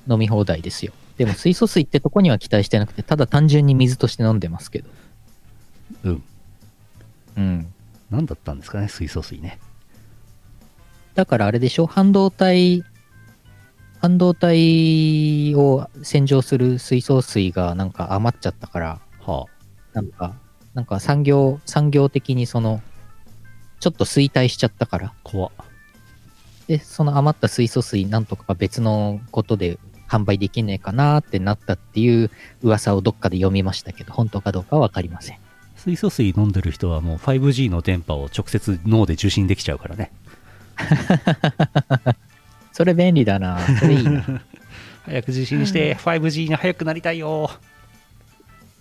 [SPEAKER 1] 飲み放題ですよ。で
[SPEAKER 2] [laughs]
[SPEAKER 1] も、水素水ってとこには期待してなくて、ただ単純に水として飲んでますけど。
[SPEAKER 2] うん
[SPEAKER 1] うん。
[SPEAKER 2] 何だったんですかね水素水ね
[SPEAKER 1] だからあれでしょ半導体、半導体を洗浄する水素水がなんか余っちゃったから、
[SPEAKER 2] はあ
[SPEAKER 1] なんか、なんか産業、産業的にその、ちょっと衰退しちゃったから、
[SPEAKER 2] 怖っ
[SPEAKER 1] で、その余った水素水なんとか別のことで販売できねえかなってなったっていう噂をどっかで読みましたけど、本当かどうかはわかりません。
[SPEAKER 2] 水素水飲んでる人はもう 5G の電波を直接脳で受信できちゃうからね
[SPEAKER 1] それ便利だな。それいいな。
[SPEAKER 2] 早く受信して 5G に早くなりたいよ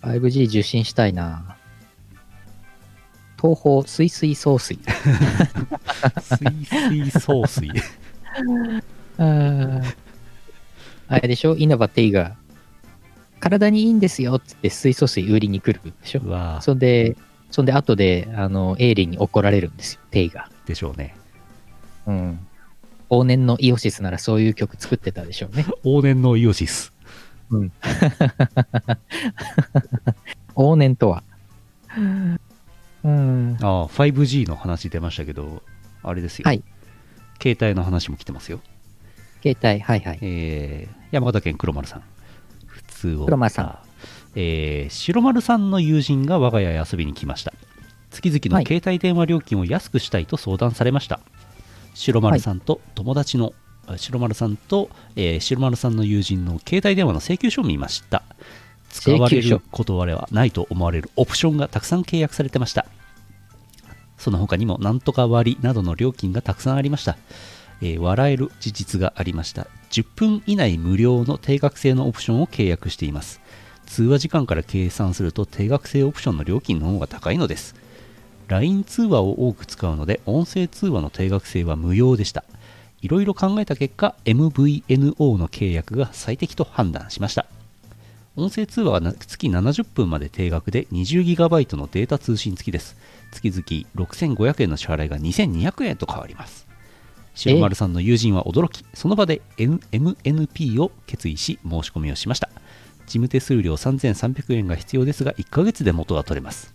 [SPEAKER 1] 5G 受信したいな。東方水水総水。
[SPEAKER 2] 水水素 [laughs] 水
[SPEAKER 1] うーんあれでしょ稲葉テイが、体にいいんですよって言って水素水売りに来るでしょ
[SPEAKER 2] うわ
[SPEAKER 1] そんで、そんで後で、あの、エイリンに怒られるんですよ、テイが。
[SPEAKER 2] でしょうね
[SPEAKER 1] うん。往年のイオシスならそういう曲作ってたでしょうね。
[SPEAKER 2] 往年のイオシス
[SPEAKER 1] [laughs] 往年とは。うん。
[SPEAKER 2] ああ 5G の話出ましたけどあれですよ、
[SPEAKER 1] はい
[SPEAKER 2] 携帯の話も来てますよ
[SPEAKER 1] 携帯、はいはい。
[SPEAKER 2] えー山形県黒丸さん普通を
[SPEAKER 1] 黒丸さん
[SPEAKER 2] えー白丸さんの友人が我が家へ遊びに来ました月々
[SPEAKER 1] はい
[SPEAKER 2] の携帯電話料金を安くしたいと相談されました、白丸さんと友達の、あ白丸さんと、えー白丸さんの友人の携帯電話の請求書を見ました使われ
[SPEAKER 1] 請求書
[SPEAKER 2] る断れはないと思われるオプションがたくさん契約されてましたその他にもなんとか割などの料金がたくさんありました、えー笑える事実がありました10分以内無料の定額制のオプションを契約しています通話時間から計算すると定額制オプションの料金の方が高いのです LINE 通話を多く使うので音声通話の定額制は無用でしたいろいろ考えた結果 MVNO の契約が最適と判断しました音声通話はな月70分まで定額で 20GB のデータ通信付きです月々6500円の支払いが2200円と変わります白丸さんの友人は驚きその場で N- MNP を決意し申し込みをしました事務手数料3300円が必要ですが1ヶ月で元が取れます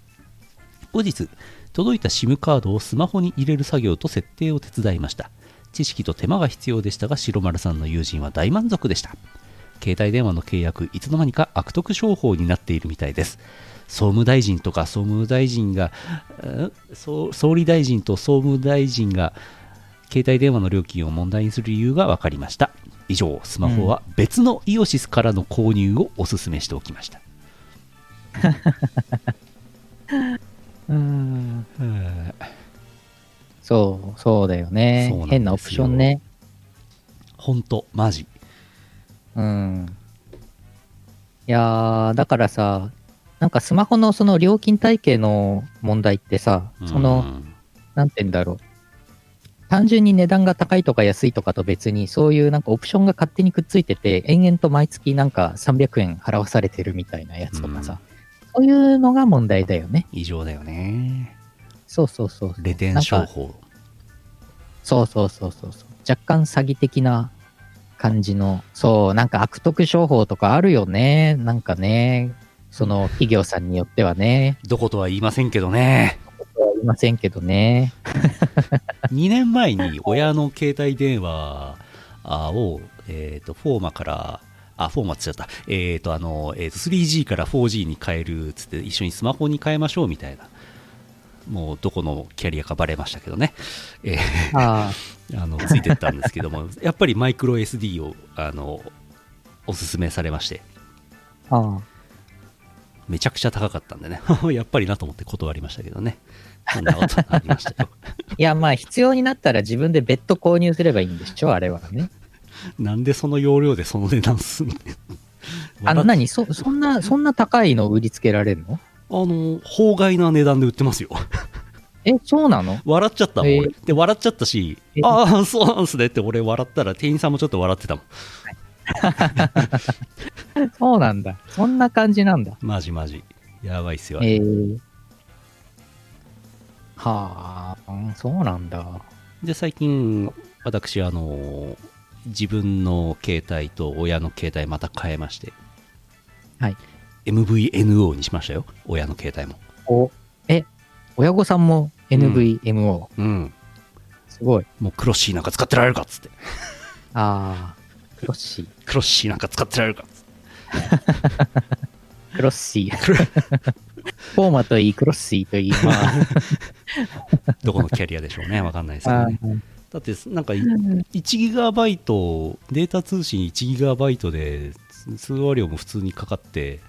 [SPEAKER 2] 後日届いた SIM カードをスマホに入れる作業と設定を手伝いました知識と手間が必要でしたが白丸さんの友人は大満足でした携帯電話の契約いつの間にか悪徳商法になっているみたいです総務大臣とか総務大臣がん総総理大臣と総務大臣が携帯電話の料金を問題にする理由が分かりました以上スマホは別のイオシスからの購入をお勧めしておきました、
[SPEAKER 1] うん。そう、そうだよね
[SPEAKER 2] そうなんですよ
[SPEAKER 1] 変なオプションね。
[SPEAKER 2] 本当マジ
[SPEAKER 1] うん。いやー、だからさ、なんかスマホのその料金体系の問題ってさ、その、
[SPEAKER 2] うん
[SPEAKER 1] なんて言うんだろう。単純に値段が高いとか安いとかと別に、そういうなんかオプションが勝手にくっついてて、延々と毎月なんか300円払わされてるみたいなやつとかさ、そういうのが問題だよね。
[SPEAKER 2] 異常だよね。
[SPEAKER 1] そうそうそうそう。
[SPEAKER 2] レテン商
[SPEAKER 1] なんか
[SPEAKER 2] 法。
[SPEAKER 1] そうそうそうそうそう。若干詐欺的な感じの、そう、なんか悪徳商法とかあるよね。なんかね、その企業さんによってはね、
[SPEAKER 2] どことは言いませんけ
[SPEAKER 1] [laughs]
[SPEAKER 2] どね。
[SPEAKER 1] いませんけどね。
[SPEAKER 2] 2年前に親の携帯電話あを、えー、とフォーマからあフォーマっつっちゃった、えーとあのえー、と 3G から 4G に変えるっつって一緒にスマホに変えましょうみたいなもうどこのキャリアかバレましたけどね、え
[SPEAKER 1] ああ、
[SPEAKER 2] ーあのついてったんですけどもやっぱりマイクロ SD をあのおすすめされまして
[SPEAKER 1] ああ。
[SPEAKER 2] めちゃくちゃ高かったんでね [laughs] やっぱりなと思って断りましたけどね [laughs] そんなことありましたよ
[SPEAKER 1] いや、まあ必要になったら自分で別途購入すればいいんでしょ、あれはね。
[SPEAKER 2] [laughs] なんでその容量でその値段す [laughs] んねん
[SPEAKER 1] あの、何そ、そんな、そんな高いの売りつけられるの
[SPEAKER 2] あの、法外な値段で売ってますよ。 [laughs]
[SPEAKER 1] え、そうなの
[SPEAKER 2] 笑っちゃったもん、
[SPEAKER 1] えー
[SPEAKER 2] 俺。で、笑っちゃったし
[SPEAKER 1] え、ー
[SPEAKER 2] ああ、そうなんすねって俺笑ったら、店員さんもちょっと笑ってたもん。
[SPEAKER 1] そうなんだ。そんな感じなんだ。
[SPEAKER 2] マジマジ。やばいっすよ。
[SPEAKER 1] ええはあ、うんそうなんだ。
[SPEAKER 2] で、最近、私、あの、自分の携帯と親の携帯また変えまして、
[SPEAKER 1] はい。
[SPEAKER 2] MVNO にしましたよ。親の携帯も。
[SPEAKER 1] お、え、親御さんも NVMO。
[SPEAKER 2] うん。
[SPEAKER 1] すごい。
[SPEAKER 2] もうクロッシーなんか使ってられるかっつって。
[SPEAKER 1] ああ、クロッシー。
[SPEAKER 2] クロッシーなんか使ってられるかっつって。
[SPEAKER 1] クロッシ
[SPEAKER 2] [laughs]
[SPEAKER 1] ー。フォーマといい、クロッシーといい。ま
[SPEAKER 2] [laughs]
[SPEAKER 1] あ [laughs]
[SPEAKER 2] どこのキャリアでしょうね。わかんないですけど
[SPEAKER 1] あ
[SPEAKER 2] ね。
[SPEAKER 1] ー、
[SPEAKER 2] だってなんかい1ギガバイトデータ通信1ギガバイトでつ通話料も普通にかかって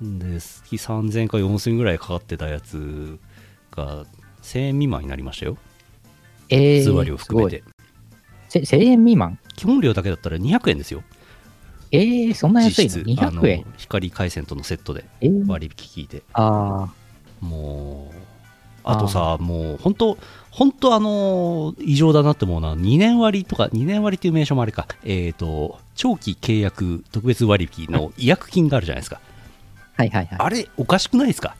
[SPEAKER 2] で月3000か4000ぐらいかかってたやつが1000円未満になりましたよ
[SPEAKER 1] えー
[SPEAKER 2] 通話料含め。て、
[SPEAKER 1] すごいせ1000円未満
[SPEAKER 2] 基本料だけだったら200円ですよ
[SPEAKER 1] ええそんな安
[SPEAKER 2] 実
[SPEAKER 1] いの
[SPEAKER 2] 質
[SPEAKER 1] ?200 円
[SPEAKER 2] あ。の光回線とのセットで
[SPEAKER 1] えー
[SPEAKER 2] 割引聞いて
[SPEAKER 1] ああ、
[SPEAKER 2] もうあとさもう本当本当あの異常だなって思うのは2年割とか2年割っていう名称もあれかえっ、と長期契約特別割引の違約金があるじゃないですか、
[SPEAKER 1] はいはいはい。あ
[SPEAKER 2] あれおかしくないですか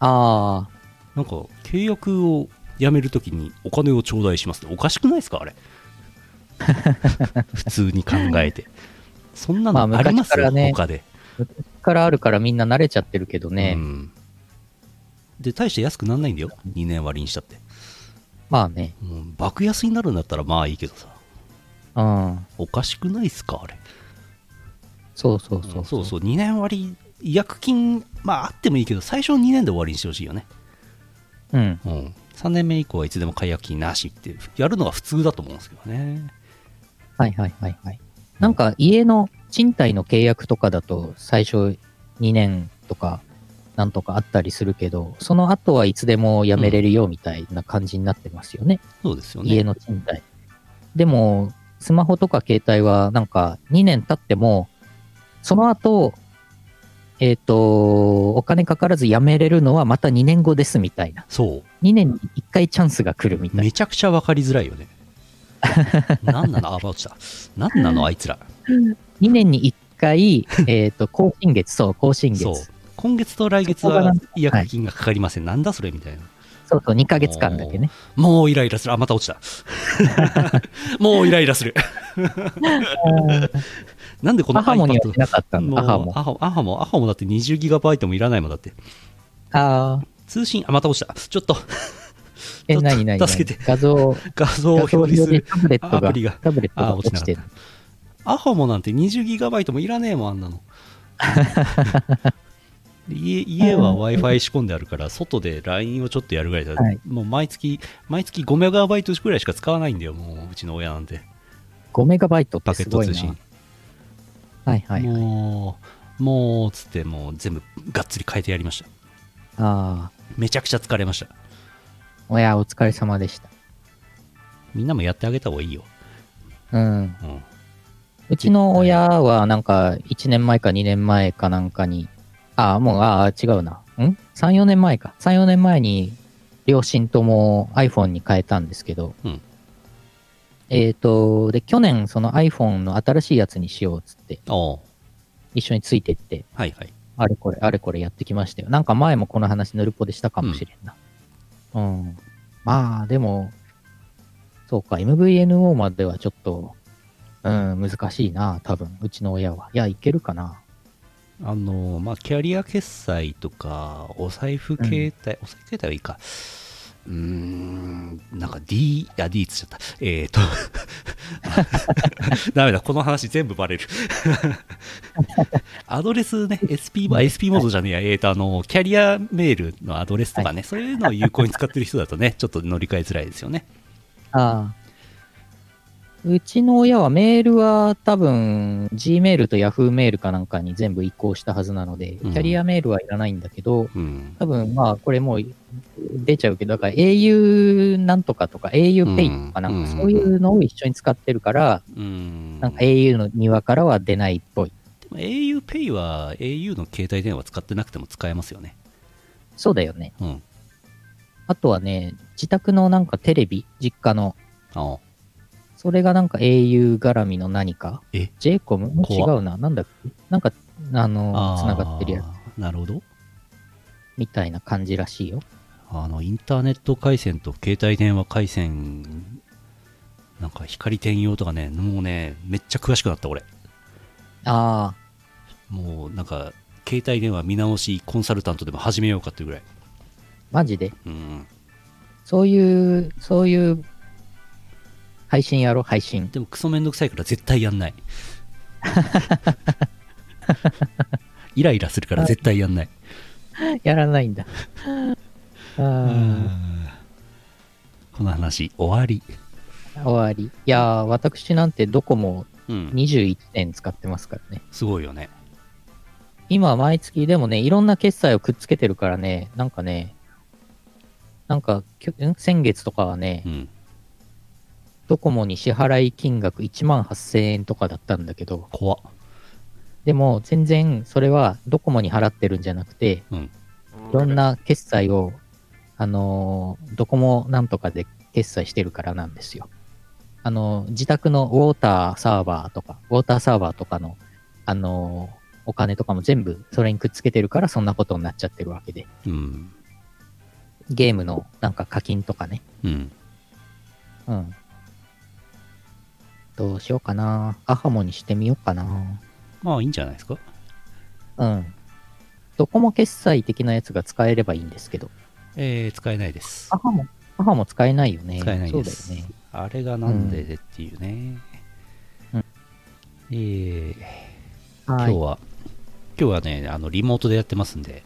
[SPEAKER 1] あー、
[SPEAKER 2] なんか契約をやめるときにお金を頂戴しますっておかしくないですか
[SPEAKER 1] [laughs]
[SPEAKER 2] あれ普通に考えてそんなの
[SPEAKER 1] まあ
[SPEAKER 2] ありま
[SPEAKER 1] 昔
[SPEAKER 2] す
[SPEAKER 1] から
[SPEAKER 2] よ、
[SPEAKER 1] ね
[SPEAKER 2] 他で、
[SPEAKER 1] からあるからみんな慣れちゃってるけどね。
[SPEAKER 2] うんで大して安くならないんだよ2年割にしたって
[SPEAKER 1] まあね。
[SPEAKER 2] もう爆安になるんだったらまあいいけどさ
[SPEAKER 1] うん。
[SPEAKER 2] おかしくないっすかあれ
[SPEAKER 1] そうそう
[SPEAKER 2] そ
[SPEAKER 1] そうう。
[SPEAKER 2] そう2年割違約金まああってもいいけど最初の2年で終わりにしてほしいよね、
[SPEAKER 1] うん。
[SPEAKER 2] うん、3年目以降はいつでも解約金なしってやるのが普通だと思うんですけどね
[SPEAKER 1] はいはいはいはい。なんか家の賃貸の契約とかだと最初2年とかなんとかあったりするけど、その後はいつでも辞めれるよみたいな感じになってますよね。
[SPEAKER 2] そうですよ
[SPEAKER 1] 家
[SPEAKER 2] ね
[SPEAKER 1] の賃貸。でも、スマホとか携帯はなんか2年経っても、その後、えっ、と、お金かからず辞めれるのはまた2年後ですみたいな。
[SPEAKER 2] そう
[SPEAKER 1] 2年に1回チャンスが来るみたいな
[SPEAKER 2] め。ちゃくちゃ分かりづらい
[SPEAKER 1] [laughs]
[SPEAKER 2] よねなんなのあ落ちたなんなのあいつら
[SPEAKER 1] 2年に1回、
[SPEAKER 2] [laughs]
[SPEAKER 1] えっと、更新月、そう、更新月。
[SPEAKER 2] そう今月と来月
[SPEAKER 1] そこがな
[SPEAKER 2] は
[SPEAKER 1] ん
[SPEAKER 2] 違約金がかかりません、なんだそれみたいな
[SPEAKER 1] そうそう、2ヶ月間だけね。
[SPEAKER 2] もうイライラするあまた落ち
[SPEAKER 1] [laughs]
[SPEAKER 2] たもうイライラするなんでこの
[SPEAKER 1] アハモには
[SPEAKER 2] iPad
[SPEAKER 1] しなかった
[SPEAKER 2] も
[SPEAKER 1] の、
[SPEAKER 2] う
[SPEAKER 1] アハモ。
[SPEAKER 2] アハモアハモアハモだって20ギガバイトもいらないもんだって
[SPEAKER 1] ああ、
[SPEAKER 2] 通信あまた落ちたちょっと
[SPEAKER 1] え、
[SPEAKER 2] ちょっと
[SPEAKER 1] なになに
[SPEAKER 2] 助けて
[SPEAKER 1] 画像、
[SPEAKER 2] 画像を
[SPEAKER 1] 画
[SPEAKER 2] 表
[SPEAKER 1] 像
[SPEAKER 2] 示す
[SPEAKER 1] 用で
[SPEAKER 2] る
[SPEAKER 1] タブレット
[SPEAKER 2] ア
[SPEAKER 1] が、
[SPEAKER 2] プリが
[SPEAKER 1] タブレットが
[SPEAKER 2] あー落
[SPEAKER 1] 落
[SPEAKER 2] ちな
[SPEAKER 1] ち
[SPEAKER 2] かってた
[SPEAKER 1] る。
[SPEAKER 2] アハモなんて20ギガバイトもいらねえもんあん
[SPEAKER 1] [laughs]
[SPEAKER 2] なので家家は w i f i 仕込んであるから外で LINE をちょっとやるぐらいだ、
[SPEAKER 1] はい
[SPEAKER 2] もう毎月毎月5メガバイトぐらいしか使わないんだよもううちの親なんて
[SPEAKER 1] 5メガバイトっ
[SPEAKER 2] パ
[SPEAKER 1] て
[SPEAKER 2] ケッ
[SPEAKER 1] す
[SPEAKER 2] ト
[SPEAKER 1] ごい
[SPEAKER 2] 通
[SPEAKER 1] な。
[SPEAKER 2] 信
[SPEAKER 1] はいはいはい。
[SPEAKER 2] もうもうつってもう全部がっつり変えてやりました
[SPEAKER 1] あ
[SPEAKER 2] めちゃくちゃ疲れました
[SPEAKER 1] あ、おや、お疲れ様でした。
[SPEAKER 2] みんなもやってあげた方がいいよ、
[SPEAKER 1] うん。
[SPEAKER 2] うん、
[SPEAKER 1] うちの親は、なんか、1年前か2年前かなんかに、ああ、もう、ああ、違うな。ん ?3、4年前か。3、4年前に、両親とも iPhone に変えたんですけど、
[SPEAKER 2] うん
[SPEAKER 1] えっ、と、で、去年その iPhone の新しいやつにしようっつって、
[SPEAKER 2] おー
[SPEAKER 1] 一緒についてって、
[SPEAKER 2] はいはい。
[SPEAKER 1] あれこれ、あれこれやってきましたよ。なんか前もこの話、ヌルポでしたかもしれんな。うん。まあ、でも、そうか、MVNO まではちょっと、うん、難しいな、多分、うちの親は。いや、いけるかな。
[SPEAKER 2] あのーまあ、キャリア決済とか、お財布携帯、お財布携帯はいいか。うーん、なんか D、あ、D っつっちゃった。えっ、ー、と、 [laughs] ダメだ、この話全部バレる。 [laughs] アドレスね、SP、まあ SP モードじゃねえや、えっ、と、あのー、キャリアメールのアドレスとかね、そういうのを有効に使ってる人だとね、ちょ [laughs] っと乗り換えづらいですよね。
[SPEAKER 1] ああ。うちの親はメールは多分 Gmail と Yahoo メールかなんかに全部移行したはずなので、キ
[SPEAKER 2] うん
[SPEAKER 1] ャリアメールはいらないんだけど、
[SPEAKER 2] うん。
[SPEAKER 1] 多分まあこれもう出ちゃうけど、だから au なんとかとか auPay とかなんか
[SPEAKER 2] うん
[SPEAKER 1] そういうのを一緒に使ってるから、
[SPEAKER 2] うん。
[SPEAKER 1] なんか au の庭からは出ないっぽい。
[SPEAKER 2] でも auPay は au の携帯電話使ってなくても使えますよね。
[SPEAKER 1] そうだよね。
[SPEAKER 2] うん。
[SPEAKER 1] あとはね、自宅のなんかテレビ、実家の、
[SPEAKER 2] ああ。
[SPEAKER 1] それがなんか au 絡みの何か
[SPEAKER 2] え
[SPEAKER 1] ?JCOM? 違
[SPEAKER 2] 怖
[SPEAKER 1] うな。なんだっけなんか、あの、つながってるやつ。
[SPEAKER 2] つなるほど
[SPEAKER 1] みたいな感じらしいよ。
[SPEAKER 2] あのインターネット回線と携帯電話回線なんか光転用とかねもうねめっちゃ詳しくなった俺
[SPEAKER 1] あ
[SPEAKER 2] もうなんか携帯電話見直しコンサルタントでも始めようかっていうぐらい
[SPEAKER 1] あ、マジで。
[SPEAKER 2] うん
[SPEAKER 1] そういう、そういう、配信やろ、配信。
[SPEAKER 2] でもクソめんどくさいから絶対や
[SPEAKER 1] [laughs]
[SPEAKER 2] んないイライラするから絶対やんない
[SPEAKER 1] やらないんだ。あー
[SPEAKER 2] この話終わり
[SPEAKER 1] 終わり。いやー、私なんてドコモ
[SPEAKER 2] うん
[SPEAKER 1] 21年使ってますからね。
[SPEAKER 2] すごいよね
[SPEAKER 1] 今、毎月でもね、いろんな決済をくっつけてるからね、なんかね、なんか、きょん先月とかはね
[SPEAKER 2] う、ん
[SPEAKER 1] ドコモに支払い金額1万8000円とかだったんだけど、
[SPEAKER 2] 怖っ
[SPEAKER 1] でも全然それはドコモに払ってるんじゃなくて、
[SPEAKER 2] うん
[SPEAKER 1] いろんな決済を、あのードコモなんとかで決済してるからなんですよ。あのー自宅のウォーターサーバーとか、ウォーターサーバーとかの、あのーお金とかも全部それにくっつけてるからそんなことになっちゃってるわけで。
[SPEAKER 2] うん
[SPEAKER 1] ゲームのなんか課金とかね。
[SPEAKER 2] うん
[SPEAKER 1] うん。どうしようかな。アハモにしてみようかな。
[SPEAKER 2] まあいいんじゃないですか
[SPEAKER 1] うん。ドコモ決済的なやつが使えればいいんですけど。
[SPEAKER 2] えー使えないです
[SPEAKER 1] 母も、母も使えないよね。
[SPEAKER 2] 使えないんです、
[SPEAKER 1] そうだよね。
[SPEAKER 2] あれがなんででっていうね、
[SPEAKER 1] うん
[SPEAKER 2] えー今
[SPEAKER 1] はい
[SPEAKER 2] 日。は今日はねあのリモートでやってますんで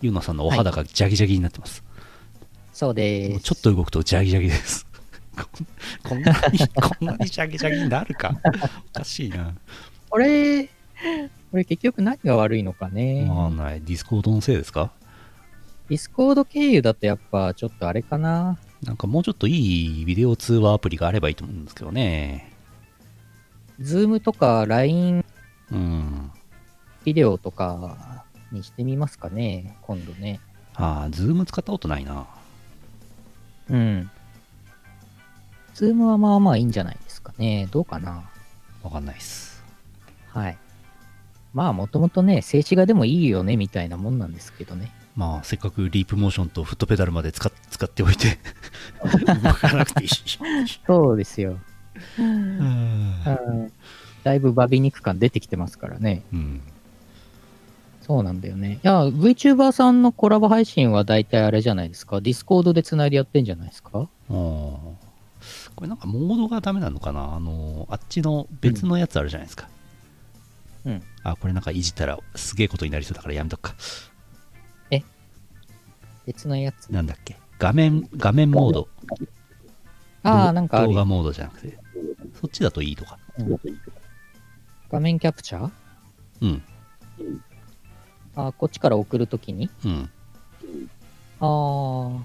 [SPEAKER 2] ゆうなさんのお肌がジャギジャギになってます、
[SPEAKER 1] そうで
[SPEAKER 2] もう
[SPEAKER 1] す。
[SPEAKER 2] ちょっと動くとジャギジャギです
[SPEAKER 1] [laughs]
[SPEAKER 2] こんなにこんなにジャギジャギになるかおかしいな、
[SPEAKER 1] これ、これ結局何が悪いのかね。
[SPEAKER 2] まあないディスコードのせいですか
[SPEAKER 1] ディスコード経由だとやっぱちょっとあれかな。
[SPEAKER 2] なんかもうちょっといいビデオ通話アプリがあればいいと思うんですけどね
[SPEAKER 1] ズームとか LINE
[SPEAKER 2] うん
[SPEAKER 1] ビデオとかにしてみますかね。今度ね。
[SPEAKER 2] ああズーム使ったことないな
[SPEAKER 1] うん。ズームはまあまあいいんじゃないですかね。どうかな。
[SPEAKER 2] わかんないっす
[SPEAKER 1] はい。まあもともとね、静止画でもいいよねみたいなもんなんですけどね。
[SPEAKER 2] まあ、せっかくリープモーションとフットペダルまで使っ使っておいて動かなくていい。
[SPEAKER 1] そうですよ。
[SPEAKER 2] うん
[SPEAKER 1] だいぶバビ肉感出てきてますからね。
[SPEAKER 2] うん。
[SPEAKER 1] そうなんだよね。いや、VTuber さんのコラボ配信は大体あれじゃないですか。ディスコードで繋いでやってんじゃないですか
[SPEAKER 2] あーこれなんかモードがダメなのかなあのー、あっちの別のやつあるじゃないですか。
[SPEAKER 1] うん。
[SPEAKER 2] あ、これなんかいじったらすげえことになりそうだからやめとくか。
[SPEAKER 1] 別のやつ。
[SPEAKER 2] なんだっけ画面、画面モード。
[SPEAKER 1] あ
[SPEAKER 2] ど
[SPEAKER 1] あ、なんかある
[SPEAKER 2] 動画モードじゃなくて。そっちだといいとか。
[SPEAKER 1] 画面キャプチャー
[SPEAKER 2] うん。
[SPEAKER 1] あーこっちから送るときに
[SPEAKER 2] うん。
[SPEAKER 1] ああ、こ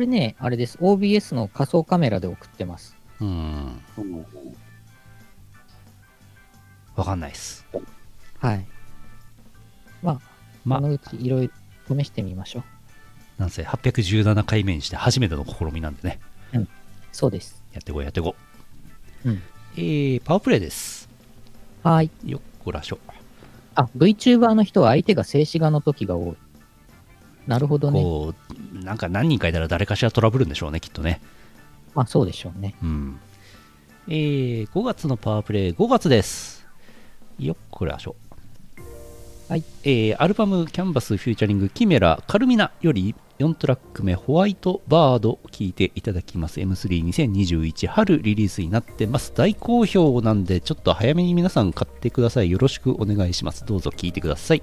[SPEAKER 1] れね、あれです。OBS の仮想カメラで送ってます。
[SPEAKER 2] うん。わかんないっす。
[SPEAKER 1] はい。まあ、
[SPEAKER 2] ま
[SPEAKER 1] このうちいろいろ試してみましょう。
[SPEAKER 2] なんせ817回目にして初めての試みなんでね、
[SPEAKER 1] そうです。
[SPEAKER 2] やってこいやってこい。
[SPEAKER 1] うん。
[SPEAKER 2] えー、パワープレイです。
[SPEAKER 1] はい。
[SPEAKER 2] よっこらしょ。
[SPEAKER 1] あ、VTuber の人は相手が静止画の時が多い。なるほどね。
[SPEAKER 2] こう、なんか何人かいたら誰かしらトラブるんでしょうね、きっとね。
[SPEAKER 1] まあそうでしょうね。
[SPEAKER 2] うん。えー、5月のパワープレイ、5月です。よっこらしょ。
[SPEAKER 1] はい。
[SPEAKER 2] えー、アルバム、キャンバス、フューチャリング、キメラ、カルミナより4トラック目、ホワイトバード、聴いていただきます。M32021 春リリースになってます。大好評なんで、ちょっと早めに皆さん買ってください。よろしくお願いします。どうぞ聴いてください。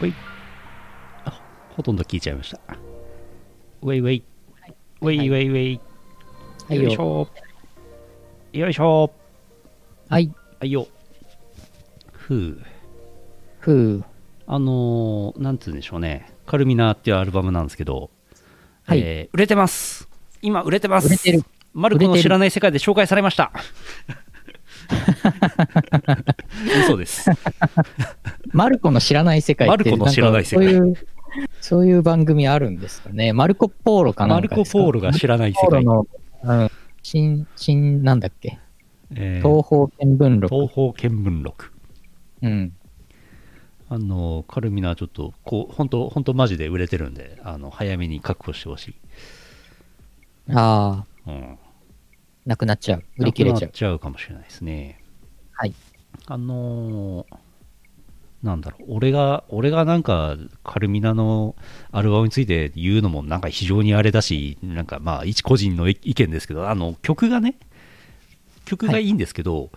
[SPEAKER 2] ウェイあほとんど聞いちゃいましたウェイウェイウェイウェイウェイ、
[SPEAKER 1] はい
[SPEAKER 2] よいし
[SPEAKER 1] よ。
[SPEAKER 2] ょよいしょ
[SPEAKER 1] はい。
[SPEAKER 2] はいよふう
[SPEAKER 1] ふう。
[SPEAKER 2] あのーなんつうんでしょうね、カルミナーっていうアルバムなんですけど、
[SPEAKER 1] はい
[SPEAKER 2] えー売れてます今売れてます
[SPEAKER 1] 売れてる
[SPEAKER 2] マルコ
[SPEAKER 1] 売れ
[SPEAKER 2] の
[SPEAKER 1] てる
[SPEAKER 2] 知らない世界で紹介され
[SPEAKER 1] [laughs]
[SPEAKER 2] ました嘘です。
[SPEAKER 1] マルコの知らない世界って
[SPEAKER 2] マルコの知らない世
[SPEAKER 1] んか
[SPEAKER 2] 界
[SPEAKER 1] そういう、そういう番組あるんですかね。マルコ・ポーロかな
[SPEAKER 2] マ
[SPEAKER 1] ん
[SPEAKER 2] ル
[SPEAKER 1] か
[SPEAKER 2] コ・
[SPEAKER 1] ですか
[SPEAKER 2] ポーロが知らない世
[SPEAKER 1] マル
[SPEAKER 2] 界。
[SPEAKER 1] コポーロの、うん、新、新、なんだっけ、
[SPEAKER 2] えー
[SPEAKER 1] 東方見聞録。
[SPEAKER 2] 東方見聞録。
[SPEAKER 1] うん。
[SPEAKER 2] あのーカルミナーちょっと、こう、本当本当マジで売れてるんで、あの、早めに確保してほしい。
[SPEAKER 1] ああ、
[SPEAKER 2] うん。
[SPEAKER 1] なくなっちゃう。売り切れち
[SPEAKER 2] なく
[SPEAKER 1] ゃ
[SPEAKER 2] な
[SPEAKER 1] う
[SPEAKER 2] っ。ちゃうかもしれないですね。
[SPEAKER 1] はい。
[SPEAKER 2] あのーなんだろう、俺が、俺がなんか、カルミナのアルバムについて言うのも、なんか非常にあれだし、なんかまあ、一個人の意見ですけど、あの、曲がね、曲がいいんですけど、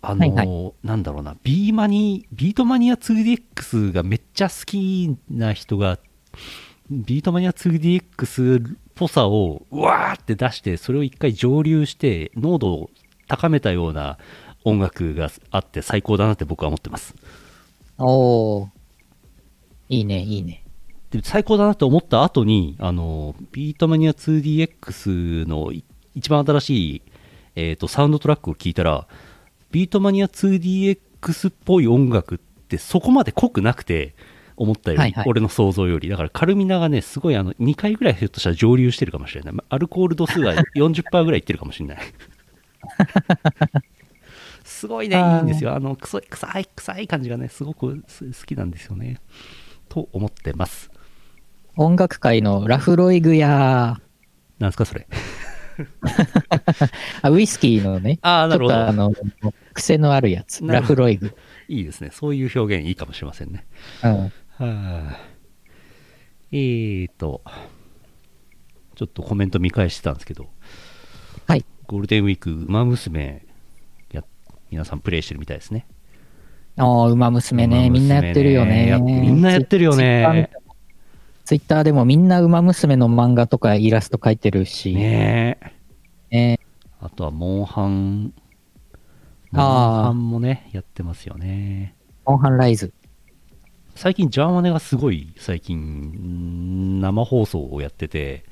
[SPEAKER 2] あのー
[SPEAKER 1] はい
[SPEAKER 2] なんだろうな、ビーマニ、ビートマニア 2DX がめっちゃ好きな人が、ビートマニア 2DX っぽさを、うわーって出して、それを一回蒸留して、濃度を高めたような音楽があって最高だなって僕は思ってます。
[SPEAKER 1] おおいいね、いいね。
[SPEAKER 2] で最高だなと思った後にあのビートマニア 2DX のい一番新しい、えー、とサウンドトラックを聞いたらビートマニア 2DX っぽい音楽ってそこまで濃くなくて思ったより、
[SPEAKER 1] はいはい
[SPEAKER 2] 俺の想像よりだからカルミナがねすごいあの2回ぐらいひょっとしたら蒸留してるかもしれないまアルコール度
[SPEAKER 1] [laughs]
[SPEAKER 2] 数が40%ぐらいいってるかもしれないすごいねい
[SPEAKER 1] あー
[SPEAKER 2] いんですよあの臭い臭い臭い感じがねすごくす好きなんですよねと思ってます
[SPEAKER 1] 音楽界のラフロイグや、
[SPEAKER 2] なんですかそれ
[SPEAKER 1] あウイスキーのね、
[SPEAKER 2] ああ、
[SPEAKER 1] ちょ
[SPEAKER 2] な
[SPEAKER 1] っ
[SPEAKER 2] るほ
[SPEAKER 1] とあ
[SPEAKER 2] ど。
[SPEAKER 1] の、癖のあるやつ。
[SPEAKER 2] な
[SPEAKER 1] ラ
[SPEAKER 2] るほ
[SPEAKER 1] フロイグ。
[SPEAKER 2] いいですね。そういう表現いいかもしれませんね。
[SPEAKER 1] うん。
[SPEAKER 2] はあ、えーと、ちょっとコメント見返してたんですけど、
[SPEAKER 1] はい。
[SPEAKER 2] ゴールデンウィーク、ウマ娘や、皆さんプレイしてるみたいですね。
[SPEAKER 1] ああ、ウマ娘ね
[SPEAKER 2] ウマ娘ね
[SPEAKER 1] みんなやってるよ
[SPEAKER 2] や
[SPEAKER 1] ね。
[SPEAKER 2] っみんなやってるよね。
[SPEAKER 1] ツイッターでもみんなウマ娘の漫画とかイラスト描いてるし。
[SPEAKER 2] ねえ。
[SPEAKER 1] ね
[SPEAKER 2] あとは、モンハン、モン
[SPEAKER 1] あー
[SPEAKER 2] ハンもね、やってますよね。
[SPEAKER 1] モンハンライズ。
[SPEAKER 2] 最近、ジャーマネがすごい、最近、生放送をやってて、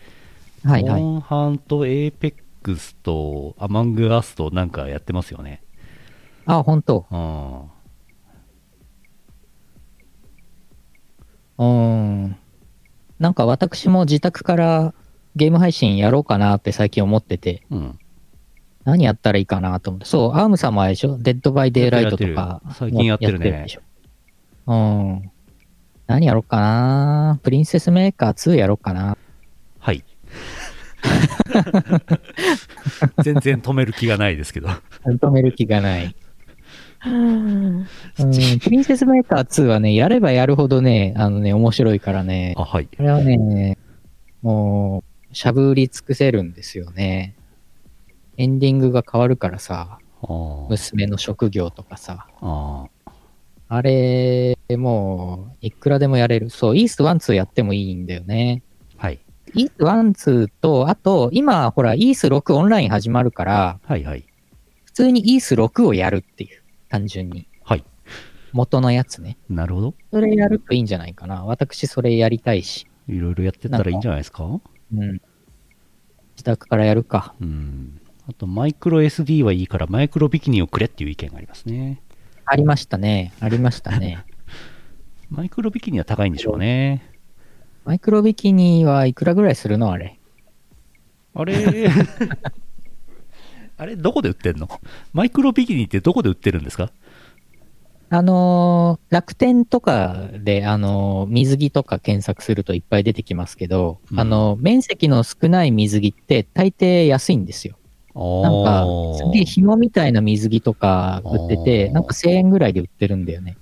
[SPEAKER 1] はいはい。
[SPEAKER 2] モンハンとエーペックスとアマングアスとなんかやってますよね。
[SPEAKER 1] ああ、本当。
[SPEAKER 2] うん。
[SPEAKER 1] うーん。なんか私も自宅からゲーム配信やろうかなって最近思ってて、
[SPEAKER 2] うん。
[SPEAKER 1] 何やったらいいかなと思って。そう、アームさんもあれでしょデッドバイデイライトとか。
[SPEAKER 2] 最近やってるね
[SPEAKER 1] でしょうん。何やろうかなプリンセスメーカー2やろうかな
[SPEAKER 2] はい。 [laughs] 全然止める気がないですけど。
[SPEAKER 1] 止める気がない。うん、プリンセスメーカー2はね、やればやるほどね、あのね、面白いからね、
[SPEAKER 2] あ、はい。
[SPEAKER 1] これはね、もう、しゃぶり尽くせるんですよね。エンディングが変わるからさ、
[SPEAKER 2] あー
[SPEAKER 1] 娘の職業とかさ、
[SPEAKER 2] あー。
[SPEAKER 1] あれ、もう、いくらでもやれる。そう、イース1、2やってもいいんだよね。
[SPEAKER 2] はい。
[SPEAKER 1] イース1、2と、あと、今、ほら、イース6オンライン始まるから、
[SPEAKER 2] はいはい。
[SPEAKER 1] 普通にイース6をやるっていう、単純に。
[SPEAKER 2] はい。
[SPEAKER 1] 元のやつね。
[SPEAKER 2] なるほど。
[SPEAKER 1] それやるといいんじゃないかな。私、それやりたいし。
[SPEAKER 2] いろいろやってったらいいんじゃないですか
[SPEAKER 1] うん。自宅からやるか。
[SPEAKER 2] うん。あと、マイクロ SD はいいから、マイクロビキニをくれっていう意見がありますね。
[SPEAKER 1] ありましたね。ありました [laughs] ね。
[SPEAKER 2] マイクロビキニは高いんでしょうね。
[SPEAKER 1] マイクロビキニはいくらぐらいするのあれ。
[SPEAKER 2] あれ [laughs] あれどこで売ってんのマイクロビキニってどこで売ってるんですか
[SPEAKER 1] あのー楽天とかで、あのー水着とか検索するといっぱい出てきますけど、
[SPEAKER 2] うん
[SPEAKER 1] あのー面積の少ない水着って大抵安いんですよ。なんか、すげえ紐みたいな水着とか売ってて、
[SPEAKER 2] あー
[SPEAKER 1] なんか1000円ぐらいで売ってるんだよね。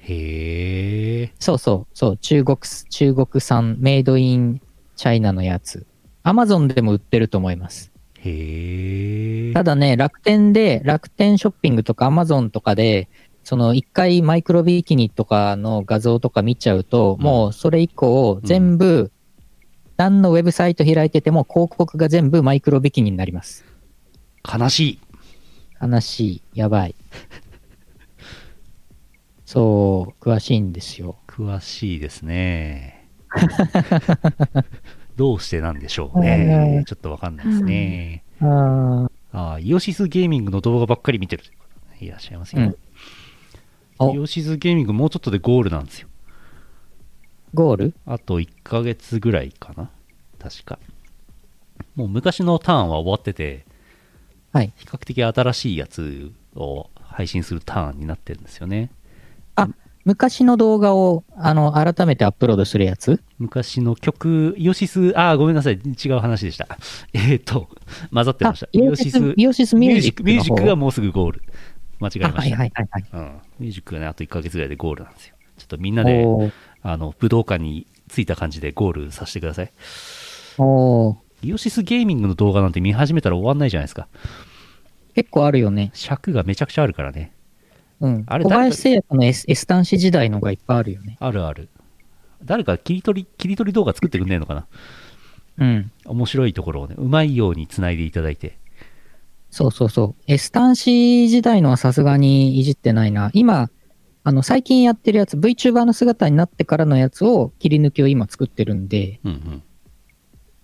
[SPEAKER 2] へえ。
[SPEAKER 1] そうそう、そう、中国、中国産、メイドインチャイナのやつ。アマゾンでも売ってると思います。
[SPEAKER 2] へえ。
[SPEAKER 1] ただね、楽天で、楽天ショッピングとかアマゾンとかで、その一回マイクロビキニとかの画像とか見ちゃうと、
[SPEAKER 2] うん
[SPEAKER 1] もうそれ以降全部、何のウェブサイト開いてても広告が全部マイクロビキニになります。
[SPEAKER 2] 悲しい。
[SPEAKER 1] 悲しい。やばい。 [laughs] そう、詳しいんですよ。
[SPEAKER 2] 詳しいです [laughs] ね。どうしてなんでしょうね。ちょっとわかんないですね。
[SPEAKER 1] あ
[SPEAKER 2] ああ、イオシスゲーミングの動画ばっかり見てるという方ねいらっしゃいますよ、
[SPEAKER 1] うんお
[SPEAKER 2] イオシスゲーミングもうちょっとでゴールなんですよ。
[SPEAKER 1] ゴール
[SPEAKER 2] あと1ヶ月ぐらいかな。確か。もう昔のターンは終わってて、
[SPEAKER 1] はい。
[SPEAKER 2] 比較的新しいやつを配信するターンになってるんですよね。
[SPEAKER 1] あ、昔の動画を、あの、改めてアップロードするやつ
[SPEAKER 2] 昔の曲、イオシス、あーごめんなさい、違う話でした。 [laughs] えっ、と、混ざってました。
[SPEAKER 1] イオシス、イオシスミュージックの
[SPEAKER 2] ミ
[SPEAKER 1] 方。
[SPEAKER 2] ュージックがもうすぐゴール。間違えま
[SPEAKER 1] あ
[SPEAKER 2] した。
[SPEAKER 1] はいはいはいはい。
[SPEAKER 2] うん、ミュージックがね、あと1ヶ月ぐらいでゴールなんですよ。ちょっとみんなで、
[SPEAKER 1] おー
[SPEAKER 2] あの、武道館に着いた感じでゴールさせてください。
[SPEAKER 1] おー
[SPEAKER 2] イオシスゲーミングの動画なんて見始めたら終わんないじゃないですか。
[SPEAKER 1] 結構あるよね。
[SPEAKER 2] 尺がめちゃくちゃあるからね。
[SPEAKER 1] うん。
[SPEAKER 2] あれ
[SPEAKER 1] 小林製薬の S, S 端子時代のがいっぱいあるよね。
[SPEAKER 2] あるある。誰か切り取り、切り取り動画作ってくんねえのかな。
[SPEAKER 1] うん。
[SPEAKER 2] 面白いところをね、うまいように繋いでいただいて。
[SPEAKER 1] そうそうそう。S 端子時代のはさすがにいじってないな。今、あの、最近やってるやつ、VTuber の姿になってからのやつを切り抜きを今作ってるんで、
[SPEAKER 2] うんうん。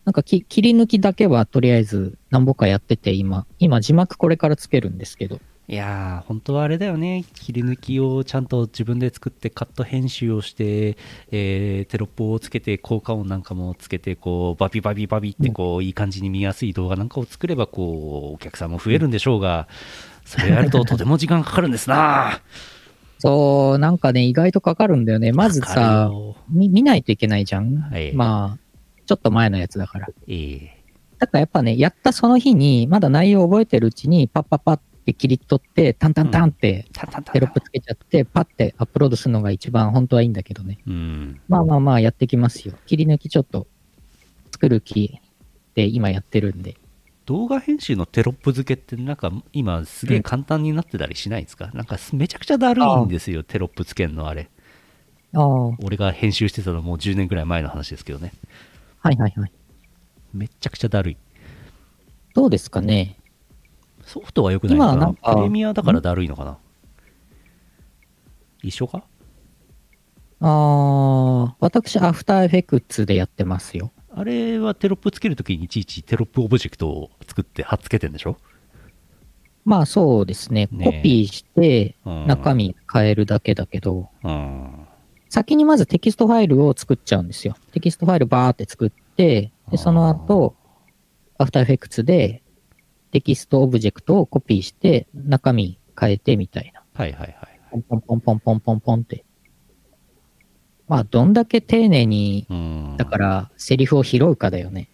[SPEAKER 1] なんかき切り抜きだけはとりあえず何本かやってて今、今字幕これからつけるんですけど。
[SPEAKER 2] いやー、本当はあれだよね。切り抜きをちゃんと自分で作って、カット編集をして、えー、テロップをつけて、効果音なんかもつけて、こう、バビバビバビって、こう、いい感じに見やすい動画なんかを作れば、こう、お客さんも増えるんでしょうが、それやるととても時間かかるんですな [laughs]
[SPEAKER 1] そう、なんかね、意外とかかるんだよね。まず
[SPEAKER 2] かかる
[SPEAKER 1] さ、
[SPEAKER 2] よ
[SPEAKER 1] み見ないといけないじゃん。
[SPEAKER 2] はい
[SPEAKER 1] まあ、ちょっと前のやつだから。
[SPEAKER 2] えー
[SPEAKER 1] だからやっぱね、やったその日に、まだ内容覚えてるうちに、パッパッパって切り取って、タンタンタンって
[SPEAKER 2] たたた
[SPEAKER 1] テロップつけちゃって、パッてアップロードするのが一番本当はいいんだけどね。
[SPEAKER 2] うん。
[SPEAKER 1] まあまあまあやってきますよ。切り抜きちょっと作る気で今やってるんで。
[SPEAKER 2] 動画編集のテロップ付けってなんか今すげえ簡単になってたりしないですか、なんかめちゃくちゃだるいんですよテロップ付けんのあれ
[SPEAKER 1] ああ、は
[SPEAKER 2] 俺が編集してたのもう10年ぐらい前の話ですけどね
[SPEAKER 1] いはいはい。
[SPEAKER 2] めちゃくちゃだるい
[SPEAKER 1] どうですかね
[SPEAKER 2] ソフトは良くないのかな
[SPEAKER 1] 今なんか
[SPEAKER 2] プレミアだからだるいのかな一緒か
[SPEAKER 1] ああ、私、アフターエフェクツでやってますよ。
[SPEAKER 2] あれはテロップつけるときにいちいちテロップオブジェクトを作って貼っつけてんでしょ、
[SPEAKER 1] まあそうですね。
[SPEAKER 2] ねえ
[SPEAKER 1] コピーして
[SPEAKER 2] うん、
[SPEAKER 1] 中身変えるだけだけど、
[SPEAKER 2] うん
[SPEAKER 1] 先にまずテキストファイルを作っちゃうんですよ。テキストファイルバーって作って、
[SPEAKER 2] あー
[SPEAKER 1] で、その後、アフターエフェクツでテキストオブジェクトをコピーして、中身変えてみたいな。
[SPEAKER 2] はいはいはい
[SPEAKER 1] ポンポンポンポンポンポンポンって。まあ、どんだけ丁寧に、
[SPEAKER 2] うん
[SPEAKER 1] だから、セリフを拾うかだよね。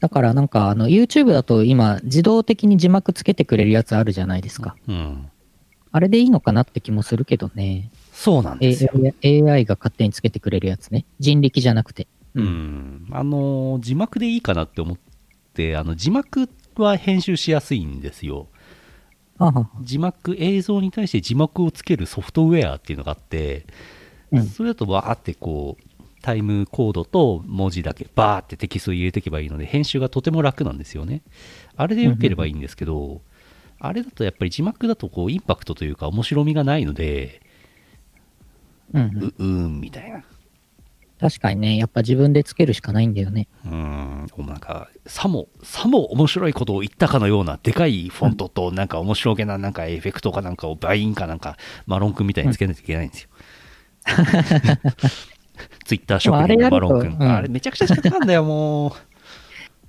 [SPEAKER 1] だからなんか、あの、YouTube だと今、自動的に字幕つけてくれるやつあるじゃないですか。
[SPEAKER 2] うん
[SPEAKER 1] あれでいいのかなって気もするけどね。
[SPEAKER 2] そうなんですよ
[SPEAKER 1] AI, AI が勝手につけてくれるやつね。人力じゃなくて。
[SPEAKER 2] う。ん、あの字幕でいいかなって思ってあの字幕は編集しやすいんですよ
[SPEAKER 1] あはは
[SPEAKER 2] 字幕映像に対して字幕をつけるソフトウェアっていうのがあって、
[SPEAKER 1] うん
[SPEAKER 2] それだとわーってこうタイムコードと文字だけバーってテキストを入れていけばいいので編集がとても楽なんですよねあれでよければいいんですけど、あれだとやっぱり字幕だとこうインパクトというか面白みがないので
[SPEAKER 1] うんう。
[SPEAKER 2] うんうーんみたいな
[SPEAKER 1] 確かにね、やっぱ自分でつけるしかないんだよね。
[SPEAKER 2] うーん、おなんか、さも、さも面白いことを言ったかのような、でかいフォントと、なんか面白げな、なんかエフェクトかなんかを、バインかなんか、マロン君みたいにつけないといけないん
[SPEAKER 1] [laughs]
[SPEAKER 2] ですよ。ツイッター
[SPEAKER 1] で
[SPEAKER 2] 職人
[SPEAKER 1] もあれや
[SPEAKER 2] の
[SPEAKER 1] る
[SPEAKER 2] マ
[SPEAKER 1] と
[SPEAKER 2] ロン君。
[SPEAKER 1] うん
[SPEAKER 2] あれ、めちゃくちゃ時間かかんだよ、もう。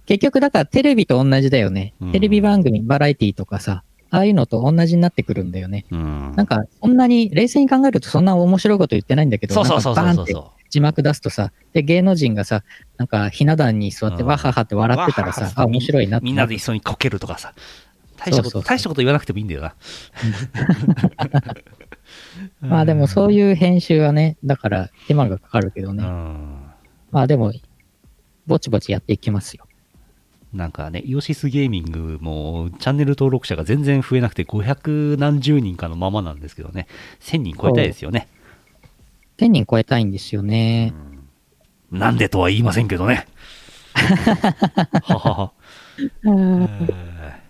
[SPEAKER 1] 結局だからテレビと同じだよね
[SPEAKER 2] うん。
[SPEAKER 1] テレビ番組、バラエティとかさ、ああいうのと同じになってくるんだよね。
[SPEAKER 2] うん
[SPEAKER 1] なんか、そんなに、冷静に考えるとそんな面白いこと言ってないんだけど、
[SPEAKER 2] そうそうそう
[SPEAKER 1] な
[SPEAKER 2] そ
[SPEAKER 1] んかバーン
[SPEAKER 2] うそう
[SPEAKER 1] って
[SPEAKER 2] そ
[SPEAKER 1] 字幕出すとさ、で、芸能人がさ、なんか、ひな壇に座って
[SPEAKER 2] うん
[SPEAKER 1] わははって笑ってたら
[SPEAKER 2] わ
[SPEAKER 1] さ
[SPEAKER 2] は、は
[SPEAKER 1] あ、面白いなって。
[SPEAKER 2] う。みんなで一緒にこけるとかさ。大した
[SPEAKER 1] そう
[SPEAKER 2] こと、
[SPEAKER 1] そうそう
[SPEAKER 2] 大したこと言わなくてもいいんだよな。
[SPEAKER 1] まあでも [laughs] そういう編集はね、だから手間がかかるけど
[SPEAKER 2] う
[SPEAKER 1] ね。
[SPEAKER 2] ん。
[SPEAKER 1] まあでも、ぼちぼちやっていきますよ。
[SPEAKER 2] なんかね、イオシスゲーミングもチャンネル登録者が全然増えなくて500何十人かのままなんですけどね、1000人超えたいですよね。
[SPEAKER 1] 1000人超えたいんですよね。
[SPEAKER 2] なんでとは言いませんけどね。
[SPEAKER 1] [laughs]
[SPEAKER 2] ははは。えー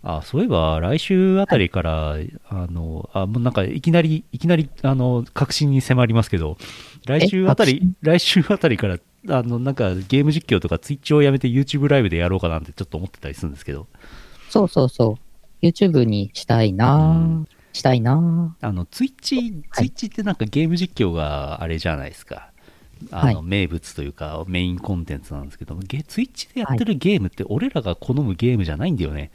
[SPEAKER 2] あ、そういえば、来週あたりから、あの、あ、もうなんか、いきなり、いきなり、あの、確信に迫りますけど、来週あたり、来週あたりから、あの、なんか、ゲーム実況とか、ツイッチをやめて YouTube ライブでやろうかなんてちょっと思ってたりするんですけど、
[SPEAKER 1] そうそうそう。YouTube にしたいなぁ、
[SPEAKER 2] うん
[SPEAKER 1] したいなぁ
[SPEAKER 2] あの、ツイッチ、ツイッチってなんかゲーム実況があれじゃないですか。あ
[SPEAKER 1] はい
[SPEAKER 2] の、名物というか、メインコンテンツなんですけども、ゲツイッチでやってるゲームって、俺らが好むゲームじゃないんだよね。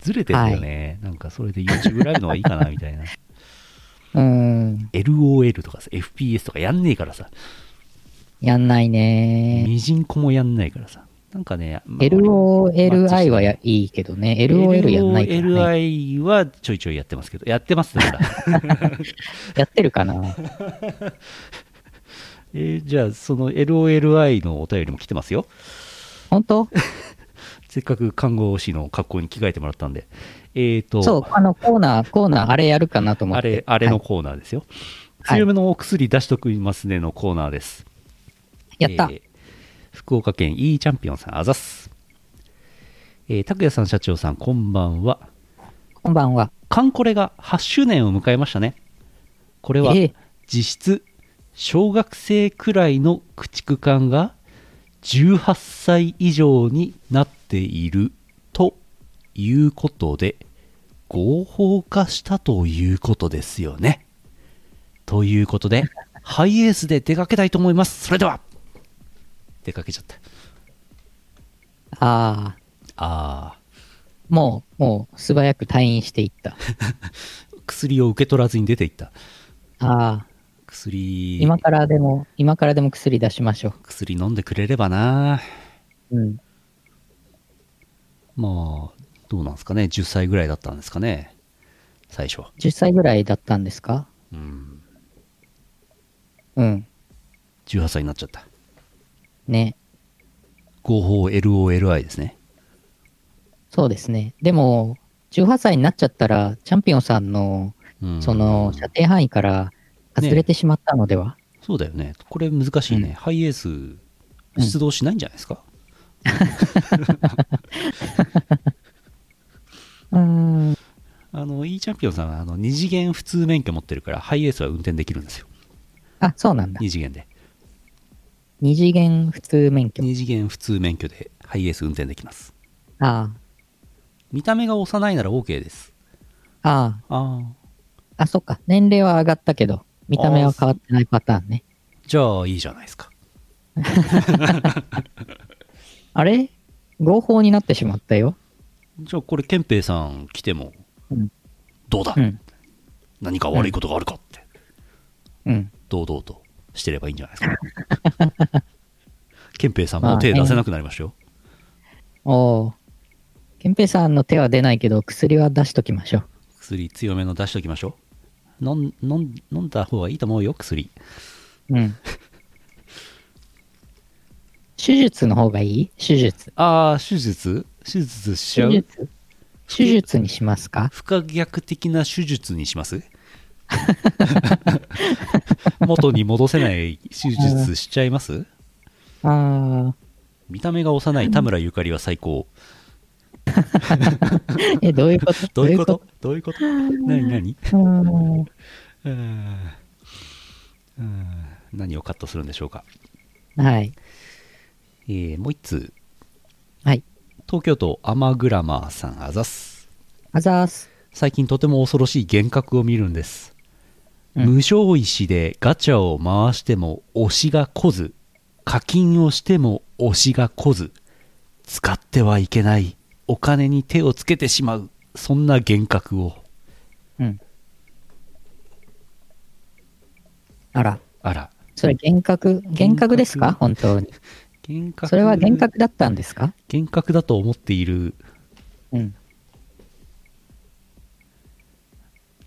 [SPEAKER 2] ずれてるんだよね。なんか、それで YouTube ライブの方がいいかな、
[SPEAKER 1] [laughs]
[SPEAKER 2] みたいな。
[SPEAKER 1] うーん。
[SPEAKER 2] LOL とかさ、FPS とかやんねえからさ、
[SPEAKER 1] やんないね
[SPEAKER 2] みじんこもやんないからさ、なんかね、まあ
[SPEAKER 1] LOLI はやいいけどね。LOL やんないから、ね。
[SPEAKER 2] LOLI はちょいちょいやってますけど、やってますだ
[SPEAKER 1] [laughs]
[SPEAKER 2] から。
[SPEAKER 1] やってるかな
[SPEAKER 2] えーじゃあ、その LOLI のお便りも来てますよ。
[SPEAKER 1] 本当
[SPEAKER 2] せっかく看護師の格好に着替えてもらったんで。えーと、
[SPEAKER 1] そう、あの、コーナー、コーナー、あれやるかなと思
[SPEAKER 2] あ
[SPEAKER 1] って
[SPEAKER 2] れ。、あれの
[SPEAKER 1] はい
[SPEAKER 2] コーナーですよ。
[SPEAKER 1] はい
[SPEAKER 2] 強めのお薬出しときますねのコーナーです。
[SPEAKER 1] やった、
[SPEAKER 2] えー福岡県 E チャンピオンさん、あざっす。えー、拓也さん、社長さん、こんばんは。
[SPEAKER 1] こんばんは。
[SPEAKER 2] カンコレが8周年を迎えましたね。これは
[SPEAKER 1] ええ
[SPEAKER 2] 実質、小学生くらいの駆逐艦が18歳以上になっているということで、合法化したということですよね。ということで、ハイエースで出かけたいと思います。それでは出かけちゃった。
[SPEAKER 1] ああ、
[SPEAKER 2] あ
[SPEAKER 1] もう、もう、素早く退院していった。
[SPEAKER 2] ー、薬を受け取らずに出ていった。
[SPEAKER 1] ああ、
[SPEAKER 2] 薬、
[SPEAKER 1] 今からでも、今からでも薬出しましょ
[SPEAKER 2] 薬飲んでくれればな
[SPEAKER 1] う。うん。
[SPEAKER 2] まあ、どうなんですかね、10歳ぐらいだったんですかね、最初。
[SPEAKER 1] 10歳ぐらいだったんですか
[SPEAKER 2] うん、
[SPEAKER 1] うん。
[SPEAKER 2] 18歳になっちゃった。
[SPEAKER 1] ね。
[SPEAKER 2] 合法 LOLI ですね。
[SPEAKER 1] そうですね。でも、18歳になっちゃったら、チャンピオンさんの、
[SPEAKER 2] うん、
[SPEAKER 1] その、射程範囲から外れてしまったのでは、
[SPEAKER 2] そうだよね、これ難しいね、
[SPEAKER 1] うん
[SPEAKER 2] ハイエース、出動しないんじゃないですか、
[SPEAKER 1] うーん。
[SPEAKER 2] あの E チャンピオンさんはあの2次元普通免許持ってるから、ハイエースは運転できるんですよ、
[SPEAKER 1] あ、そうなんだ。
[SPEAKER 2] 2次元で。
[SPEAKER 1] 二次元普通免許。
[SPEAKER 2] 2次元普通免許でハイエース運転できます。
[SPEAKER 1] あ
[SPEAKER 2] 見た目が幼いなら OK です。
[SPEAKER 1] あ、あ
[SPEAKER 2] ああ、
[SPEAKER 1] あ、あ、そっか。年齢は上がったけど、見た目は変わってないパターンね。
[SPEAKER 2] じゃあいいじゃないですか。
[SPEAKER 1] あれ合法になってしまったよ。
[SPEAKER 2] じゃあこれ、憲兵さん来ても、
[SPEAKER 1] うん
[SPEAKER 2] どうだ、
[SPEAKER 1] うん。
[SPEAKER 2] 何か悪いことがあるかって、
[SPEAKER 1] うん。
[SPEAKER 2] 堂々としてればいいんじゃないですか。 [laughs] 憲兵さんもう手出せなくなりましたよ。
[SPEAKER 1] おお。憲兵さんの手は出ないけど、薬は出しときましょう。
[SPEAKER 2] 薬強めの出しておきましょう。飲ん飲ん飲んだ方がいいと思うよ、薬。
[SPEAKER 1] うん。手術の方がいい手術。
[SPEAKER 2] ああ、手術手術しちゃ
[SPEAKER 1] 手
[SPEAKER 2] う
[SPEAKER 1] 術手術にしますか
[SPEAKER 2] 不可逆的な手術にします [laughs] 元に戻せない手術しちゃいます
[SPEAKER 1] あ
[SPEAKER 2] 見た目が幼い田村ゆかりは最高。
[SPEAKER 1] あ。え、どういうこと
[SPEAKER 2] [laughs] どういうことどういうこと何何
[SPEAKER 1] どういうことうーん
[SPEAKER 2] うーんうーん何をカットするんでしょうか。
[SPEAKER 1] はい。
[SPEAKER 2] えーもう一通。
[SPEAKER 1] はい。
[SPEAKER 2] 東京都アマグラマーさん、あざっす。
[SPEAKER 1] あざーす。
[SPEAKER 2] 最近とても恐ろしい幻覚を見るんです。
[SPEAKER 1] うん
[SPEAKER 2] 無償石でガチャを回しても推しが来ず、課金をしても推しが来ず、使ってはいけない、お金に手をつけてしまう、そんな幻覚を。
[SPEAKER 1] うん。あら、
[SPEAKER 2] あら。
[SPEAKER 1] それ幻覚、幻覚ですか本当に。
[SPEAKER 2] 幻覚
[SPEAKER 1] それは幻覚だったんですか
[SPEAKER 2] 幻覚だと思っている
[SPEAKER 1] うん。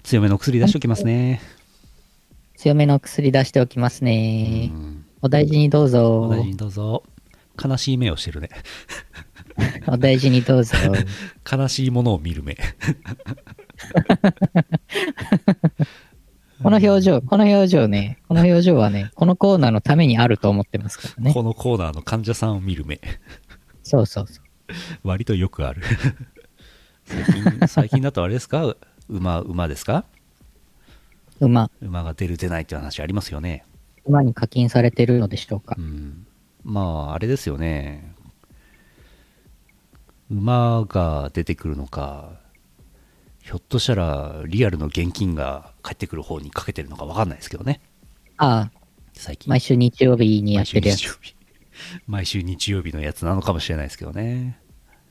[SPEAKER 2] 強めの薬出しておきますね。
[SPEAKER 1] 強めの薬出しておきますね。
[SPEAKER 2] うん
[SPEAKER 1] お大事にどうぞ。
[SPEAKER 2] お大事にどうぞ。悲しい目をしてるね。
[SPEAKER 1] お大事にど
[SPEAKER 2] [laughs]
[SPEAKER 1] うぞ。
[SPEAKER 2] 悲しいものを見る目。
[SPEAKER 1] この表情、この表情ね、この表情はね、このコーナーのためにあると思ってますからね。
[SPEAKER 2] このコー [laughs] ナーの患者さんを見る目。
[SPEAKER 1] そうそうそう。 [laughs]
[SPEAKER 2] 割とよくある。最近、最近だとあれですか馬、馬ですか
[SPEAKER 1] 馬、
[SPEAKER 2] 馬が出る出ないっていう話ありますよね。
[SPEAKER 1] 馬に課金されてるのでしょうか
[SPEAKER 2] う。ん。まあ、あれですよね。馬が出てくるのか、ひょっとしたらリアルの現金が返ってくる方にかけてるのかわかんないですけどね。
[SPEAKER 1] ああ、
[SPEAKER 2] 最近。
[SPEAKER 1] 毎週日曜日にや
[SPEAKER 2] 毎
[SPEAKER 1] っ
[SPEAKER 2] 週
[SPEAKER 1] てるやつ
[SPEAKER 2] 日。曜日。毎週日曜日のやつなのかもしれないですけどね。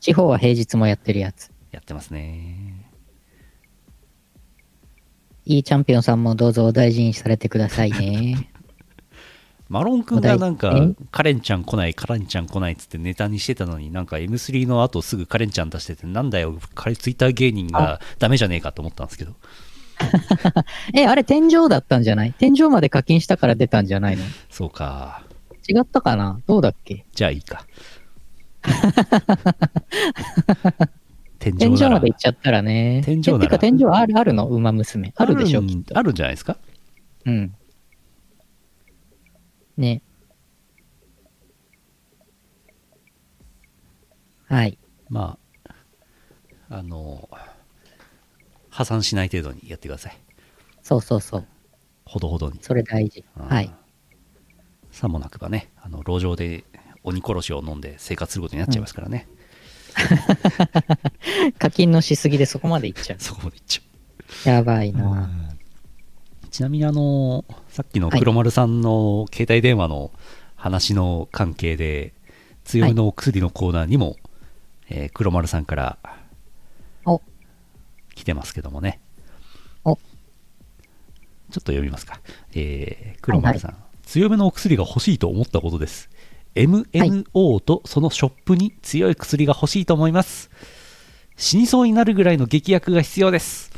[SPEAKER 1] 地方は平日もやってるやつ。
[SPEAKER 2] やってますね。
[SPEAKER 1] いいチャンピオンさんもどうぞお大事にされてくださいね。
[SPEAKER 2] [laughs] マロン君がなん
[SPEAKER 1] お題
[SPEAKER 2] か、カレンちゃん来ない、カレンちゃん来ないっつってネタにしてたのに、なんか M3 の後すぐカレンちゃん出してて、なんだよ、カレツイッター芸人がダメじゃねえかと思ったんですけど、
[SPEAKER 1] え、あれ天井だったんじゃない天井まで課金したから出たんじゃないの
[SPEAKER 2] そうか、
[SPEAKER 1] 違ったかなどうだっけ
[SPEAKER 2] じゃあい
[SPEAKER 1] [laughs]
[SPEAKER 2] いか。天
[SPEAKER 1] 天
[SPEAKER 2] 井
[SPEAKER 1] 井
[SPEAKER 2] な
[SPEAKER 1] ま
[SPEAKER 2] ら
[SPEAKER 1] で行っちゃったらね。
[SPEAKER 2] 天井なら
[SPEAKER 1] えてか天井あるあるの馬娘。あるでしょ
[SPEAKER 2] ある
[SPEAKER 1] きっ
[SPEAKER 2] ん
[SPEAKER 1] と。
[SPEAKER 2] あるんじゃないですか
[SPEAKER 1] うん。ね。はい。
[SPEAKER 2] まあ、あの、破産しない程度にやってください。
[SPEAKER 1] そうそうそう。
[SPEAKER 2] ほどほどに。
[SPEAKER 1] それ大事。
[SPEAKER 2] うん
[SPEAKER 1] はい。。
[SPEAKER 2] さもなくばね、あの路上で鬼殺しを飲んで生活することになっちゃいますからね。
[SPEAKER 1] 課金のしすぎでそこまで行っちゃ
[SPEAKER 2] そこまでいっちゃ。
[SPEAKER 1] う。やばいうな。
[SPEAKER 2] ちなみにあの、さっきの黒丸さんの携帯電話の話の関係で、強めのお薬のコーナーにも、えー黒丸さんから
[SPEAKER 1] お、
[SPEAKER 2] 来てますけどもね。
[SPEAKER 1] お
[SPEAKER 2] ちょっと読みますか。えー、黒丸さん、強めのお薬が欲しいと思ったことです。MNO とそのショップに強い薬が欲しいと思います。死にそうになるぐらいの劇薬が必要です。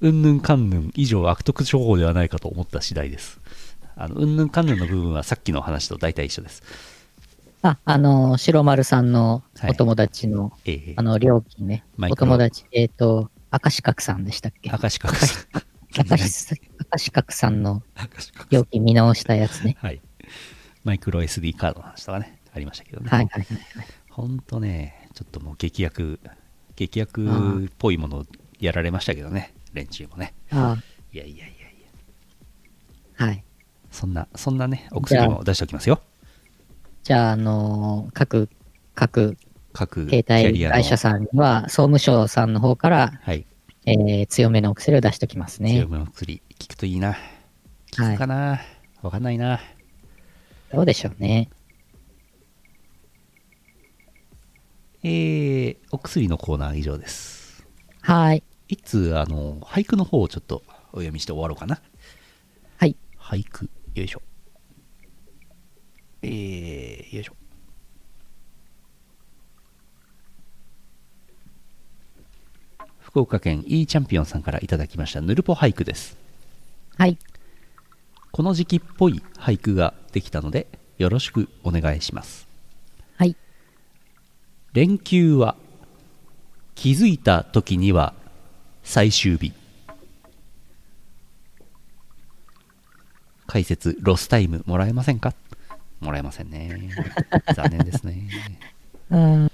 [SPEAKER 2] うんぬんかんぬん以上悪徳処方ではないかと思った次第です。あのうんぬんかんぬんの部分はさっきの話と大体一緒です。
[SPEAKER 1] あ、あの、白丸さんの
[SPEAKER 2] はい
[SPEAKER 1] お友達の、
[SPEAKER 2] えー
[SPEAKER 1] あの、料金ね。
[SPEAKER 2] マイ
[SPEAKER 1] お
[SPEAKER 2] クロ
[SPEAKER 1] 友達、えっ、と、赤四角さんでしたっけ
[SPEAKER 2] 赤四角さん。
[SPEAKER 1] 赤四赤四角さんの
[SPEAKER 2] 赤四角さん。
[SPEAKER 1] 料金見直したやつね
[SPEAKER 2] はい。マイクロ SD カードの話とかね、ありましたけどね。
[SPEAKER 1] はいはいはいはい。
[SPEAKER 2] ほんとね、ちょっともう劇薬、劇
[SPEAKER 1] あ
[SPEAKER 2] 薬
[SPEAKER 1] ー
[SPEAKER 2] っぽいものやられましたけどね、連中もね。
[SPEAKER 1] あ
[SPEAKER 2] いやいやいやい
[SPEAKER 1] あ
[SPEAKER 2] や、
[SPEAKER 1] はい。
[SPEAKER 2] そんな、そんなね、お薬も出しておきますよ。
[SPEAKER 1] じゃあ、あのー各、各
[SPEAKER 2] 各
[SPEAKER 1] 携帯会社さんには、総務省さんの方から、
[SPEAKER 2] はい。
[SPEAKER 1] えー強めのお薬を出しておきます
[SPEAKER 2] 強
[SPEAKER 1] ね。
[SPEAKER 2] めの薬、効くといいな。効
[SPEAKER 1] は
[SPEAKER 2] く
[SPEAKER 1] い
[SPEAKER 2] か。な、わかんないな。
[SPEAKER 1] どうでしょうね。
[SPEAKER 2] えー、お薬のコーナー以上です。
[SPEAKER 1] はい。
[SPEAKER 2] いつ、あの、俳句の方をちょっとお読みして終わろうかな。
[SPEAKER 1] はい。
[SPEAKER 2] 俳句、よいしょ。えー、よいしょ。福岡県 E チャンピオンさんからいただきましたぬるぽ俳句です。
[SPEAKER 1] はい。
[SPEAKER 2] この時期っぽい俳句ができたのでよろしくお願いします。
[SPEAKER 1] はい。
[SPEAKER 2] 連休は気づいた時には最終日解説ロスタイムもらえませんかもらえませんね [laughs] 残念ですね
[SPEAKER 1] うん。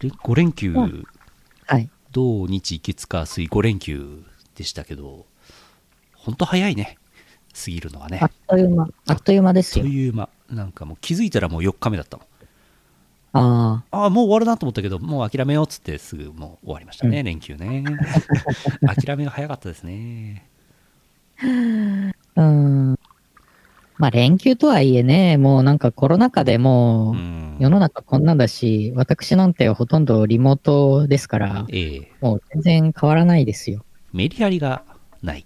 [SPEAKER 2] 5連休
[SPEAKER 1] はい。
[SPEAKER 2] 土日月火水5連休でしたけどほんと早いね過ぎるのはね
[SPEAKER 1] あっという間、あっという間です
[SPEAKER 2] と
[SPEAKER 1] よ。
[SPEAKER 2] いう間なんかもう気づいたらもう4日目だったもん
[SPEAKER 1] あ
[SPEAKER 2] ああ、もう終わるなと思ったけど、もう諦めようっつって、すぐもう終わりましたね、連休ね。 [laughs] 諦めが早かったですね。
[SPEAKER 1] あ。うん。まあ、連休とはいえね、もうなんかコロナ禍でもう、
[SPEAKER 2] うん。
[SPEAKER 1] 世の中こんなんだし、私なんてほとんどリモートですから、
[SPEAKER 2] ええ
[SPEAKER 1] もう全然変わらないですよ。
[SPEAKER 2] メリハリがない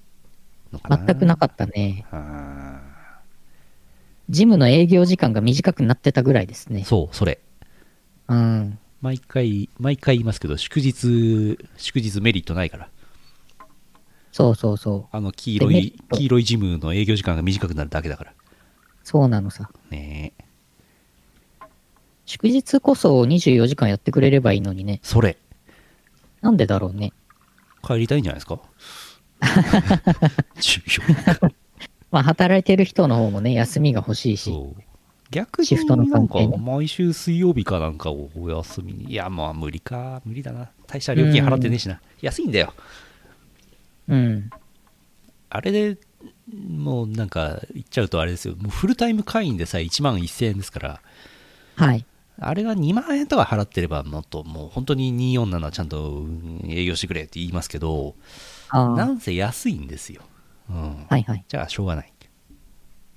[SPEAKER 2] のかな。
[SPEAKER 1] 全くなかったね。
[SPEAKER 2] あ
[SPEAKER 1] ジムの営業時間が短くなってたぐらいです
[SPEAKER 2] ー
[SPEAKER 1] ね。
[SPEAKER 2] そう、それ。
[SPEAKER 1] うん。
[SPEAKER 2] 毎回、毎回言いますけど、祝日、祝日メリットないから。
[SPEAKER 1] そうそうそう。
[SPEAKER 2] あの、黄色
[SPEAKER 1] デメリ
[SPEAKER 2] い
[SPEAKER 1] ッ、ト
[SPEAKER 2] 黄色いジムの営業時間が短くなるだけだから。
[SPEAKER 1] そうなのさ。
[SPEAKER 2] ねえ。
[SPEAKER 1] 祝日こそ24時間やってくれればいいのにね。
[SPEAKER 2] それ、
[SPEAKER 1] なんでだろうね。
[SPEAKER 2] 帰りたいんじゃな
[SPEAKER 1] [laughs]
[SPEAKER 2] いですか [laughs] 重要
[SPEAKER 1] まあ、働いてる人の方もね、休みが欲しいし。
[SPEAKER 2] そう。逆
[SPEAKER 1] シフトの
[SPEAKER 2] になん
[SPEAKER 1] 関
[SPEAKER 2] か
[SPEAKER 1] 係ね
[SPEAKER 2] 毎週水曜日かなんかをお休みにいやまあ無理か無理だな大した料金払ってねえしな安いんだよ
[SPEAKER 1] うん。
[SPEAKER 2] あれでもうなんか言っちゃうとあれですよもうフルタイム会員でさえ1万1000円ですから
[SPEAKER 1] はい。
[SPEAKER 2] あれが2万円とか払ってればもっともう本当に247ちゃんとうん営業してくれって言いますけど
[SPEAKER 1] あ
[SPEAKER 2] な
[SPEAKER 1] あ。
[SPEAKER 2] んせ安いんですよ、うん、
[SPEAKER 1] はいはい。
[SPEAKER 2] じゃあしょうがない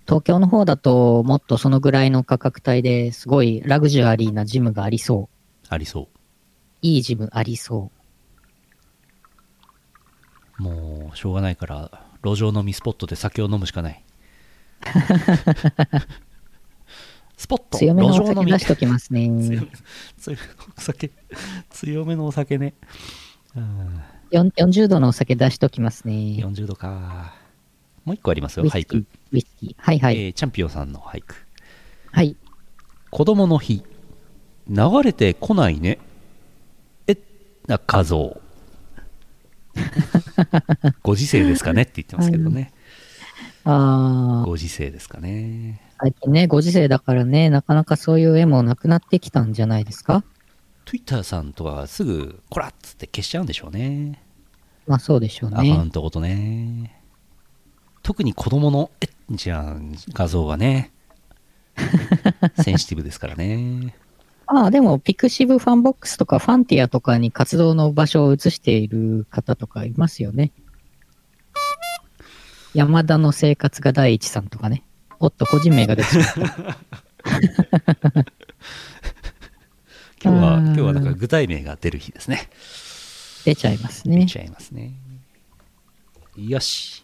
[SPEAKER 1] 東京の方だと、もっとそのぐらいの価格帯ですごいラグジュアリーなジムがありそう。
[SPEAKER 2] ありそう
[SPEAKER 1] いいジムありそ
[SPEAKER 2] もうしょうがないから路上飲みスポットで酒を飲むしかない
[SPEAKER 1] [laughs]
[SPEAKER 2] スポッ
[SPEAKER 1] う。
[SPEAKER 2] ト
[SPEAKER 1] 強めのお
[SPEAKER 2] 路上飲
[SPEAKER 1] 酒
[SPEAKER 2] み
[SPEAKER 1] 出しときます
[SPEAKER 2] 強
[SPEAKER 1] ね
[SPEAKER 2] め。強めのお酒強めのお酒ね、うん、
[SPEAKER 1] よん40度のお酒出しときますね。
[SPEAKER 2] 40度かもう一個あります
[SPEAKER 1] ウィ
[SPEAKER 2] よ
[SPEAKER 1] ス
[SPEAKER 2] 俳
[SPEAKER 1] キー
[SPEAKER 2] 句、。
[SPEAKER 1] ウィスキー。はいはい。
[SPEAKER 2] えーチャンピオンさんの俳句
[SPEAKER 1] はい。
[SPEAKER 2] 子供の日流れてこないねえな
[SPEAKER 1] [laughs]
[SPEAKER 2] 画像ご時世ですかねって言ってますけどね、
[SPEAKER 1] ああ、
[SPEAKER 2] ご時世ですかね
[SPEAKER 1] 最近ね、ご時世だからね、なかなかそういう絵もなくなってきたんじゃないですか
[SPEAKER 2] Twitter さんとはすぐこらっつって消しちゃうんでしょうね
[SPEAKER 1] まあそうでしょう
[SPEAKER 2] アカウ
[SPEAKER 1] ね。
[SPEAKER 2] ントごとね特に子供のえじゃあ画像はねセンシティブですから
[SPEAKER 1] [laughs]
[SPEAKER 2] ね
[SPEAKER 1] ああ、でも、ピクシブファンボックスとかファンティアとかに活動の場所を移している方とかいますよね。山田の生活が第一さんとかね。おっと、個人名が出てしまった。
[SPEAKER 2] 今日は
[SPEAKER 1] あー
[SPEAKER 2] 今日はだから具体名が出る日ですね
[SPEAKER 1] 出ちゃいます
[SPEAKER 2] 出 [laughs]
[SPEAKER 1] ね。
[SPEAKER 2] ちゃいますねよし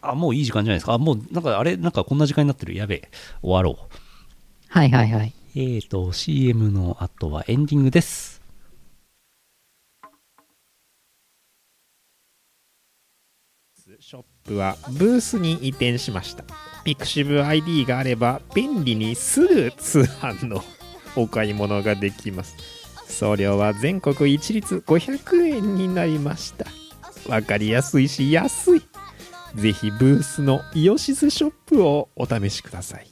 [SPEAKER 2] あもういい時間じゃないですかあもうなんかあれなんかこんな時間になってるやべえ終わろう
[SPEAKER 1] はいはいはい。
[SPEAKER 2] えーと CM の後はエンディングです
[SPEAKER 3] ショップはブースに移転しました PixivID があれば便利にすぐ通販のお買い物ができます送料は全国一律500円になりましたわかりやすいし安いぜひブースのイオシスショップをお試しください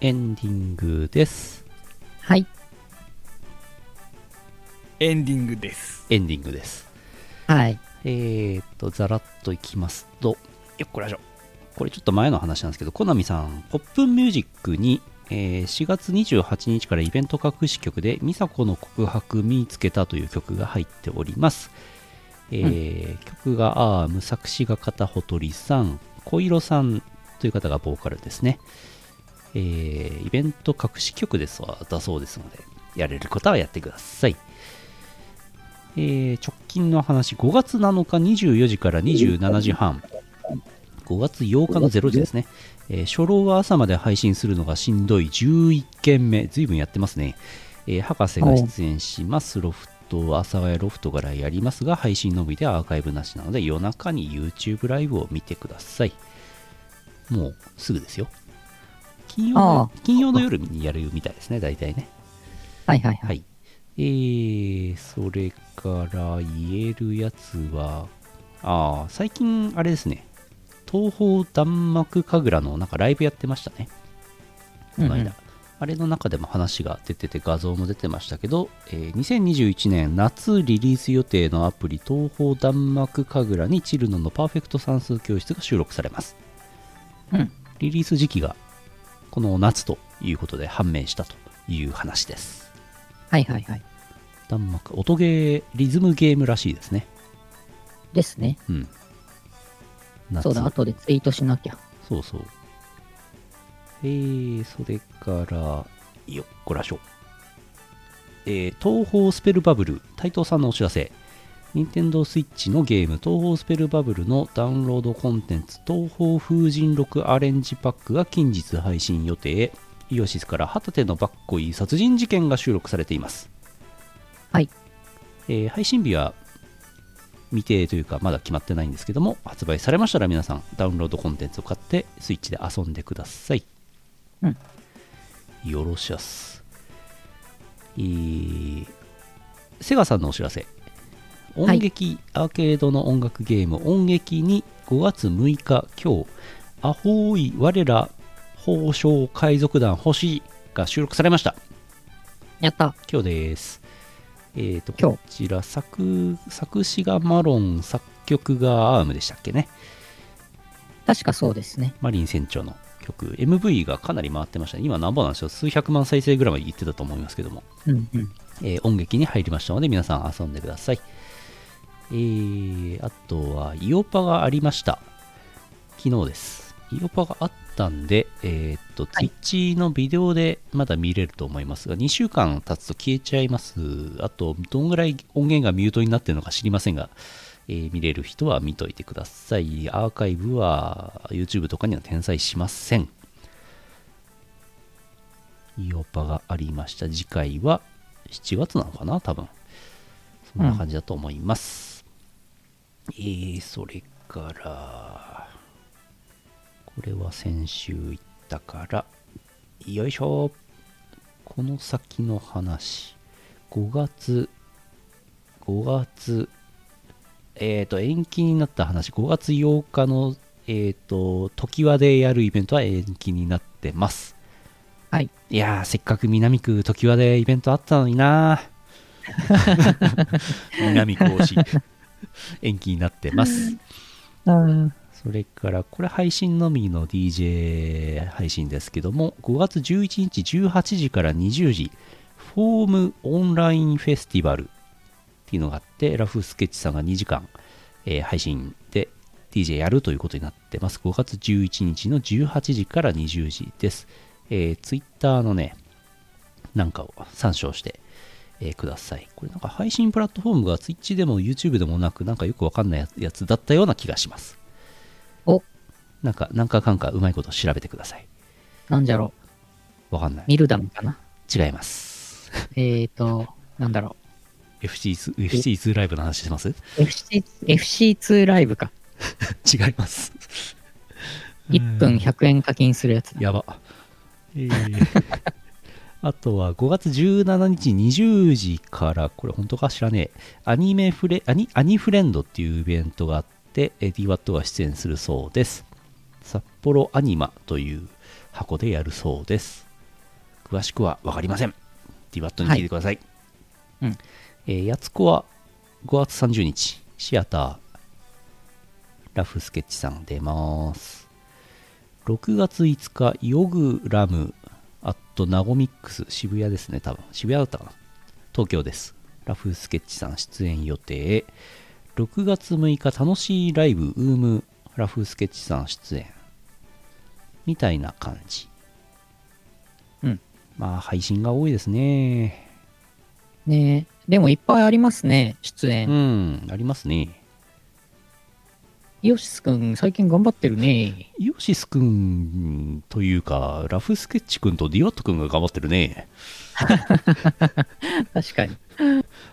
[SPEAKER 2] エンディングです
[SPEAKER 1] はい。
[SPEAKER 3] エンディングです
[SPEAKER 2] エンディングです
[SPEAKER 1] はい。
[SPEAKER 2] えー、と、ざらっといきますと、よっこらしょ。これちょっと前の話なんですけど、コナミさん、ポップンミュージックに、えー4月28日からイベント各支局で、美佐子の告白見つけたという曲が入っております。えー曲がアーム、作詞が片ほとりさん、小色さんという方がボーカルですね。えーイベント各支局ですわだそうですので、やれることはやってください。えー直近の話、5月7日24時から27時半、5月8日の0時ですね、えー初老は朝まで配信するのがしんどい11件目、ずいぶんやってますね、えー博士が出演します、ロフト、阿佐ヶ谷ロフトからやりますが、配信のみでアーカイブなしなので、夜中に YouTube ライブを見てください。もうすぐですよ。金曜
[SPEAKER 1] あ
[SPEAKER 2] の
[SPEAKER 1] あ
[SPEAKER 2] 金曜の夜にやるみたいですね、大体ね。
[SPEAKER 1] はいはいは。
[SPEAKER 2] はいい。えー、それから言えるやつは、ああ、最近あれですね、東方弾幕神楽のなんかライブやってましたね、この間。
[SPEAKER 1] うんうん
[SPEAKER 2] あれの中でも話が出てて画像も出てましたけど、えー2021年夏リリース予定のアプリ東方弾幕神楽にチルノのパーフェクト算数教室が収録されます。
[SPEAKER 1] うん
[SPEAKER 2] リリース時期がこの夏ということで判明したという話です。
[SPEAKER 1] はいはいはい。
[SPEAKER 2] 弾幕音ゲーリズムゲームらしいですね
[SPEAKER 1] ですね。
[SPEAKER 2] うん夏
[SPEAKER 1] そうだ、後でツイートしなきゃ。
[SPEAKER 2] そうそうえー、それからよっこらしょえー、東方スペルバブル台東さんのお知らせ任天堂スイッチのゲーム東方スペルバブルのダウンロードコンテンツ東方風神録アレンジパックが近日配信予定イオシスから旗手のバッコイ殺人事件が収録されています
[SPEAKER 1] はい。
[SPEAKER 2] えー配信日は未定というかまだ決まってないんですけども発売されましたら皆さんダウンロードコンテンツを買ってスイッチで遊んでください、
[SPEAKER 1] うん
[SPEAKER 2] よろしゃっすえーセガさんのお知らせ
[SPEAKER 1] はい
[SPEAKER 2] 音劇、アーケードの音楽ゲーム音劇に5月6日今日アホーイ我ら宝生海賊団星が収録されました
[SPEAKER 1] やった。
[SPEAKER 2] 今日です。えっ、と、
[SPEAKER 1] 今日
[SPEAKER 2] こちら作、作詞がマロン、作曲がアームでしたっけね。
[SPEAKER 1] 確かそうですね。
[SPEAKER 2] マリン船長の曲、MV がかなり回ってましたね。今何本なんでしょう数百万再生ぐらいまでいってたと思いますけども、
[SPEAKER 1] うんうん。
[SPEAKER 2] えー音劇に入りましたので、皆さん遊んでください。えー、あとは、イオパがありました。昨日です。イオパがあったんで、えっと、
[SPEAKER 1] はい
[SPEAKER 2] Twitch のビデオでまだ見れると思いますが、2週間経つと消えちゃいます。あと、どんぐらい音源がミュートになってるのか知りませんが、えー見れる人は見といてください。アーカイブは YouTube とかには転載しません。イオパがありました。次回は7月なのかな多分。そんな感じだと思います。えー、それから、これは先週言ったから、よいしょこの先の話、5月、5月、えっ、と、延期になった話、5月8日の、えっ、と、常盤でやるイベントは延期になってます。
[SPEAKER 1] はい。
[SPEAKER 2] いやー、せっかく南区常盤でイベントあったのにな [laughs] 南区推し、延期になってます。
[SPEAKER 1] うん。
[SPEAKER 2] それから、これ配信のみの DJ 配信ですけども、5月11日18時から20時、フォームオンラインフェスティバルっていうのがあって、ラフスケッチさんが2時間、えー配信で DJ やるということになってます。5月11日の18時から20時です。えー、Twitter のね、なんかを参照して、えーください。これなんか配信プラットフォームが Twitch でも YouTube でもなく、なんかよくわかんないややつだったような気がします。
[SPEAKER 1] お、
[SPEAKER 2] なんか、なんかかんかうまいこと調べてください。
[SPEAKER 1] なんじゃろう。
[SPEAKER 2] わかんない。
[SPEAKER 1] ミルダムかな。
[SPEAKER 2] 違います。
[SPEAKER 1] えっ、ー、と、なんだろ
[SPEAKER 2] FC2、FC2 ライブの話してます
[SPEAKER 1] う。FC、FC2 ライブか。
[SPEAKER 2] [laughs] 違います。
[SPEAKER 1] 1分100円課金するやつだ。
[SPEAKER 2] やば。あとは5月17日20時から、これ本当か知らねえ、アニメフレ、アニアニフレンドっていうイベントがあって、え DWAT が出演するそうです。札幌アニマという箱でやるそうです。詳しくはわかりません。DWAT に聞いてください。
[SPEAKER 1] うん
[SPEAKER 2] えーやつこは5月30日、シアター、ラフスケッチさん出ます。6月5日、ヨグラム、あと、ナゴミックス、渋谷ですね、多分。渋谷だったかな東京です。ラフスケッチさん出演予定。6月6日、楽しいライブ、ウーム、ラフスケッチさん出演。みたいな感じ。
[SPEAKER 1] うん。
[SPEAKER 2] まあ、配信が多いですね。
[SPEAKER 1] ねえ。でもいっぱいありますね、出演。
[SPEAKER 2] うん、ありますね。
[SPEAKER 1] イオシスくん、最近頑張ってるね。 [laughs]
[SPEAKER 2] イオシスくんというか、ラフスケッチくんとディワットくんが頑張ってるね。
[SPEAKER 1] 確かに。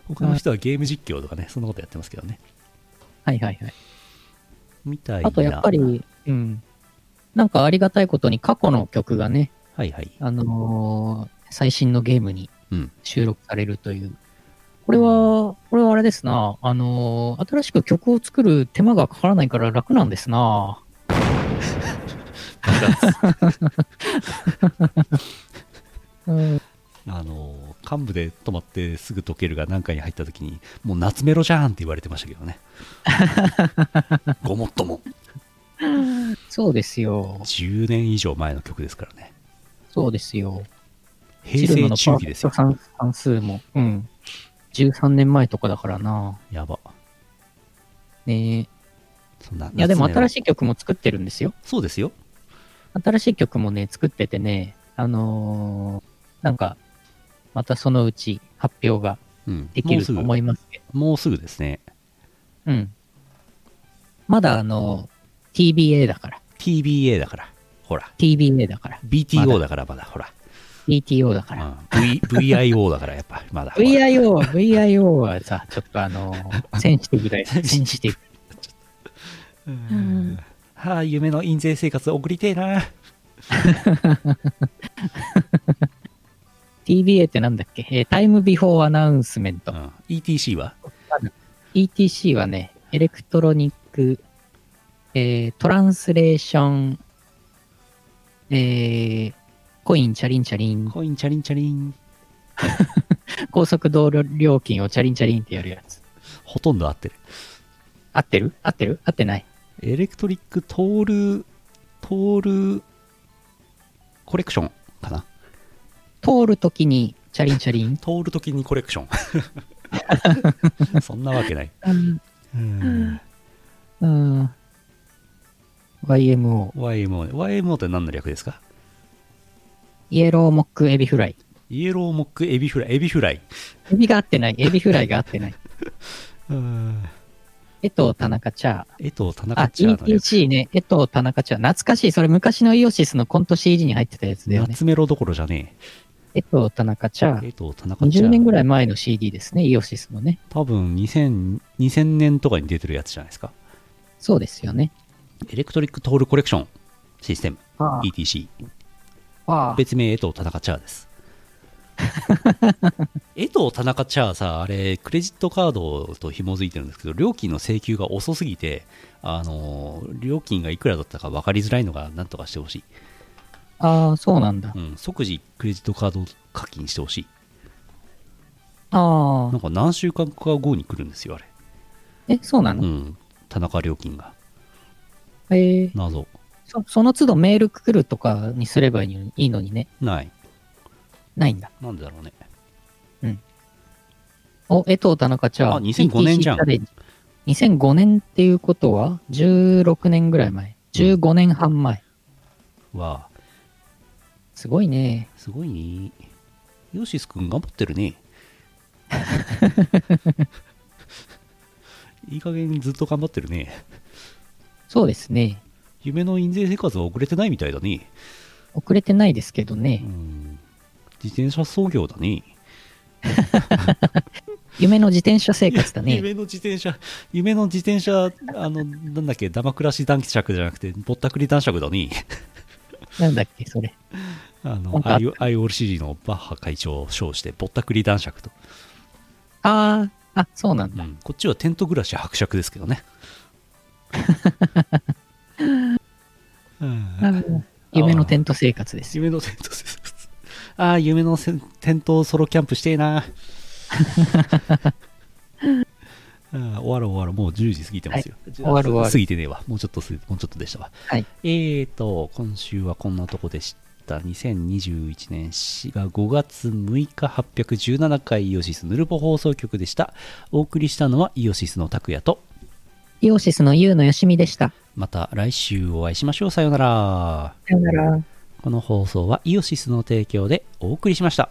[SPEAKER 2] 他の人はゲーム実況とかね、そんなことやってますけどね。
[SPEAKER 1] はいはいはい。
[SPEAKER 2] みたいな。
[SPEAKER 1] あとやっぱり、うん。なんかありがたいことに過去の曲がね、
[SPEAKER 2] はいはい。
[SPEAKER 1] あのー最新のゲームに
[SPEAKER 2] うん。
[SPEAKER 1] 収録されるという。これは、これはあれですな。あのー新しく曲を作る手間がかからないから楽なんです
[SPEAKER 2] [laughs]
[SPEAKER 1] な。 [laughs] うん、
[SPEAKER 2] あの、幹部で止まってすぐ溶けるが何回に入った時に、もう夏メロじゃんって言われてましたけ
[SPEAKER 1] [laughs]
[SPEAKER 2] どね。ごもっとも。
[SPEAKER 1] そうですよ。
[SPEAKER 2] 10年以上前の曲ですからね。
[SPEAKER 1] そうですよ。
[SPEAKER 2] 平成中期ですよ
[SPEAKER 1] チ。ルノのパーフェクト算算数も、うん。13年前とかだからな。
[SPEAKER 2] やば。
[SPEAKER 1] ね
[SPEAKER 2] そんな。
[SPEAKER 1] えいや、でも新
[SPEAKER 2] い。
[SPEAKER 1] しい曲も作ってるんですよ。
[SPEAKER 2] そうですよ。
[SPEAKER 1] 新しい曲もね、作っててね、あのーなんか、またそのうち発表が
[SPEAKER 2] うん。
[SPEAKER 1] でき
[SPEAKER 2] もう
[SPEAKER 1] る
[SPEAKER 2] す
[SPEAKER 1] と
[SPEAKER 2] ぐ
[SPEAKER 1] 思いますけど。
[SPEAKER 2] もうすぐですね。
[SPEAKER 1] うん。まだあの、TBA だから。
[SPEAKER 2] TBA だから。ほら。
[SPEAKER 1] TBA だから。
[SPEAKER 2] BTO だからまだ、ほら。
[SPEAKER 1] PTO だか
[SPEAKER 2] う
[SPEAKER 1] ら。
[SPEAKER 2] ん
[SPEAKER 1] [laughs]
[SPEAKER 2] v、VIO だからやっぱまだ
[SPEAKER 1] VIO は、VIO はさ、ちょっとあの、センシティブだよ。センシティ
[SPEAKER 4] う
[SPEAKER 1] ブ。
[SPEAKER 4] ん
[SPEAKER 2] はあ夢の印税生活送りてえな
[SPEAKER 1] TBA ってなんだっけえータイムビフォーアナウンスメント
[SPEAKER 2] う。ん ETC は
[SPEAKER 1] ETC はね、エレクトロニック、えートランスレーション、えーコインチャリンチャリン、
[SPEAKER 2] コインチャリンチャリン
[SPEAKER 1] 高速道路料金をチャリンチャリンってやるやつ。
[SPEAKER 2] ほとんど合ってる
[SPEAKER 1] 合ってる合ってる合ってない。
[SPEAKER 2] エレクトリックトールトールコレクションかな
[SPEAKER 1] 通るときにチャリンチャリン。
[SPEAKER 2] 通るときにコレクション [laughs] そんなわけない
[SPEAKER 1] うん
[SPEAKER 2] うん
[SPEAKER 1] うん。YMO。
[SPEAKER 2] YMO YMO って何の略ですか
[SPEAKER 1] イエローモックエビフライ。
[SPEAKER 2] イエローモックエビフライエビフライ
[SPEAKER 1] エビが合って
[SPEAKER 2] [laughs]
[SPEAKER 1] ない。エビフライが合ってない。
[SPEAKER 2] うん
[SPEAKER 1] 江藤田中チャー。
[SPEAKER 2] 江藤田
[SPEAKER 1] あ、
[SPEAKER 2] 中チャーのやつ
[SPEAKER 1] ETC ね。江藤田中チャー。懐かしい。それ昔のイオシスのコント CD に入ってたやつだよね。
[SPEAKER 2] 夏メロどころじゃね
[SPEAKER 1] 江藤田中チャー。
[SPEAKER 2] え江藤田中チャー
[SPEAKER 1] 20年ぐらい前の CD ですね。イオシスのね。
[SPEAKER 2] 多分2000 2000年とかに出てるやつじゃないですか
[SPEAKER 1] そうですよね。
[SPEAKER 2] エレクトリックトールコレクションシステム
[SPEAKER 1] あ
[SPEAKER 2] ETC
[SPEAKER 1] あ
[SPEAKER 2] 別名江藤田中チャーです
[SPEAKER 1] [laughs]
[SPEAKER 2] 江藤田中チャーさあれクレジットカードと紐づいてるんですけど料金の請求が遅すぎてあのー料金がいくらだったか分かりづらいのがなんとかしてほしい、
[SPEAKER 1] あー、そうなんだ
[SPEAKER 2] う。ん、即時クレジットカード課金してほしい
[SPEAKER 1] あ
[SPEAKER 2] な
[SPEAKER 1] あ
[SPEAKER 2] ん。か何週間か後に来るんですよあれ
[SPEAKER 1] え、そうなの、
[SPEAKER 2] うん田中料金が
[SPEAKER 1] えー
[SPEAKER 2] 謎
[SPEAKER 1] そ、その都度メール来るとかにすればいいのにいいのにね。
[SPEAKER 2] ない
[SPEAKER 1] ないんだ。
[SPEAKER 2] なんでだろうね
[SPEAKER 1] お、江藤田中チャー。
[SPEAKER 2] あ2005年じゃん
[SPEAKER 1] ETC チャレンジ。2005年っていうことは、16年ぐらい前。15年半前。
[SPEAKER 2] わあ
[SPEAKER 1] すごいね。
[SPEAKER 2] すごいねヨシスくん頑張ってる [laughs] ねいい加減ずっと頑張ってるね
[SPEAKER 1] そうですね。
[SPEAKER 2] 夢の印税生活は遅れてないみたいだね
[SPEAKER 1] 遅れてないですけどね
[SPEAKER 2] う。ん自転車操業だね
[SPEAKER 1] 夢の自転車生活だね。
[SPEAKER 2] [laughs] 夢の自転車夢の自転車あのなんだっけ黙暮らし男爵じゃなくてぼったくり男爵だね
[SPEAKER 1] なんだっけ、それ。
[SPEAKER 2] あの
[SPEAKER 1] 本当あった
[SPEAKER 2] IO- IOCG のバッハ会長を称してぼったくり男爵と、
[SPEAKER 1] ああ、あ、そうなん
[SPEAKER 2] う
[SPEAKER 1] だ。
[SPEAKER 2] ん、こっちはテント暮らし伯爵ですけどね、 [laughs] うん
[SPEAKER 1] 夢のテント生活ですよ。
[SPEAKER 2] 夢のテント生活ああ夢のせんテントソロキャンプしてえ [laughs] なあー終わろう終わろうもう10時過ぎてますよ、
[SPEAKER 1] 終わる終わる
[SPEAKER 2] 過ぎてねえわもうちょっとすもうちょっとでしたわ
[SPEAKER 1] はい
[SPEAKER 2] えーと今週はこんなとこでした2021年4が5月6日817回イオシスヌルポ放送局でしたお送りしたのはイオシスの拓也と
[SPEAKER 1] イオシスのユウのよしみでした。
[SPEAKER 2] また来週お会いしましょうさようなら
[SPEAKER 1] さよなら。
[SPEAKER 2] この放送はイオシスの提供でお送りしました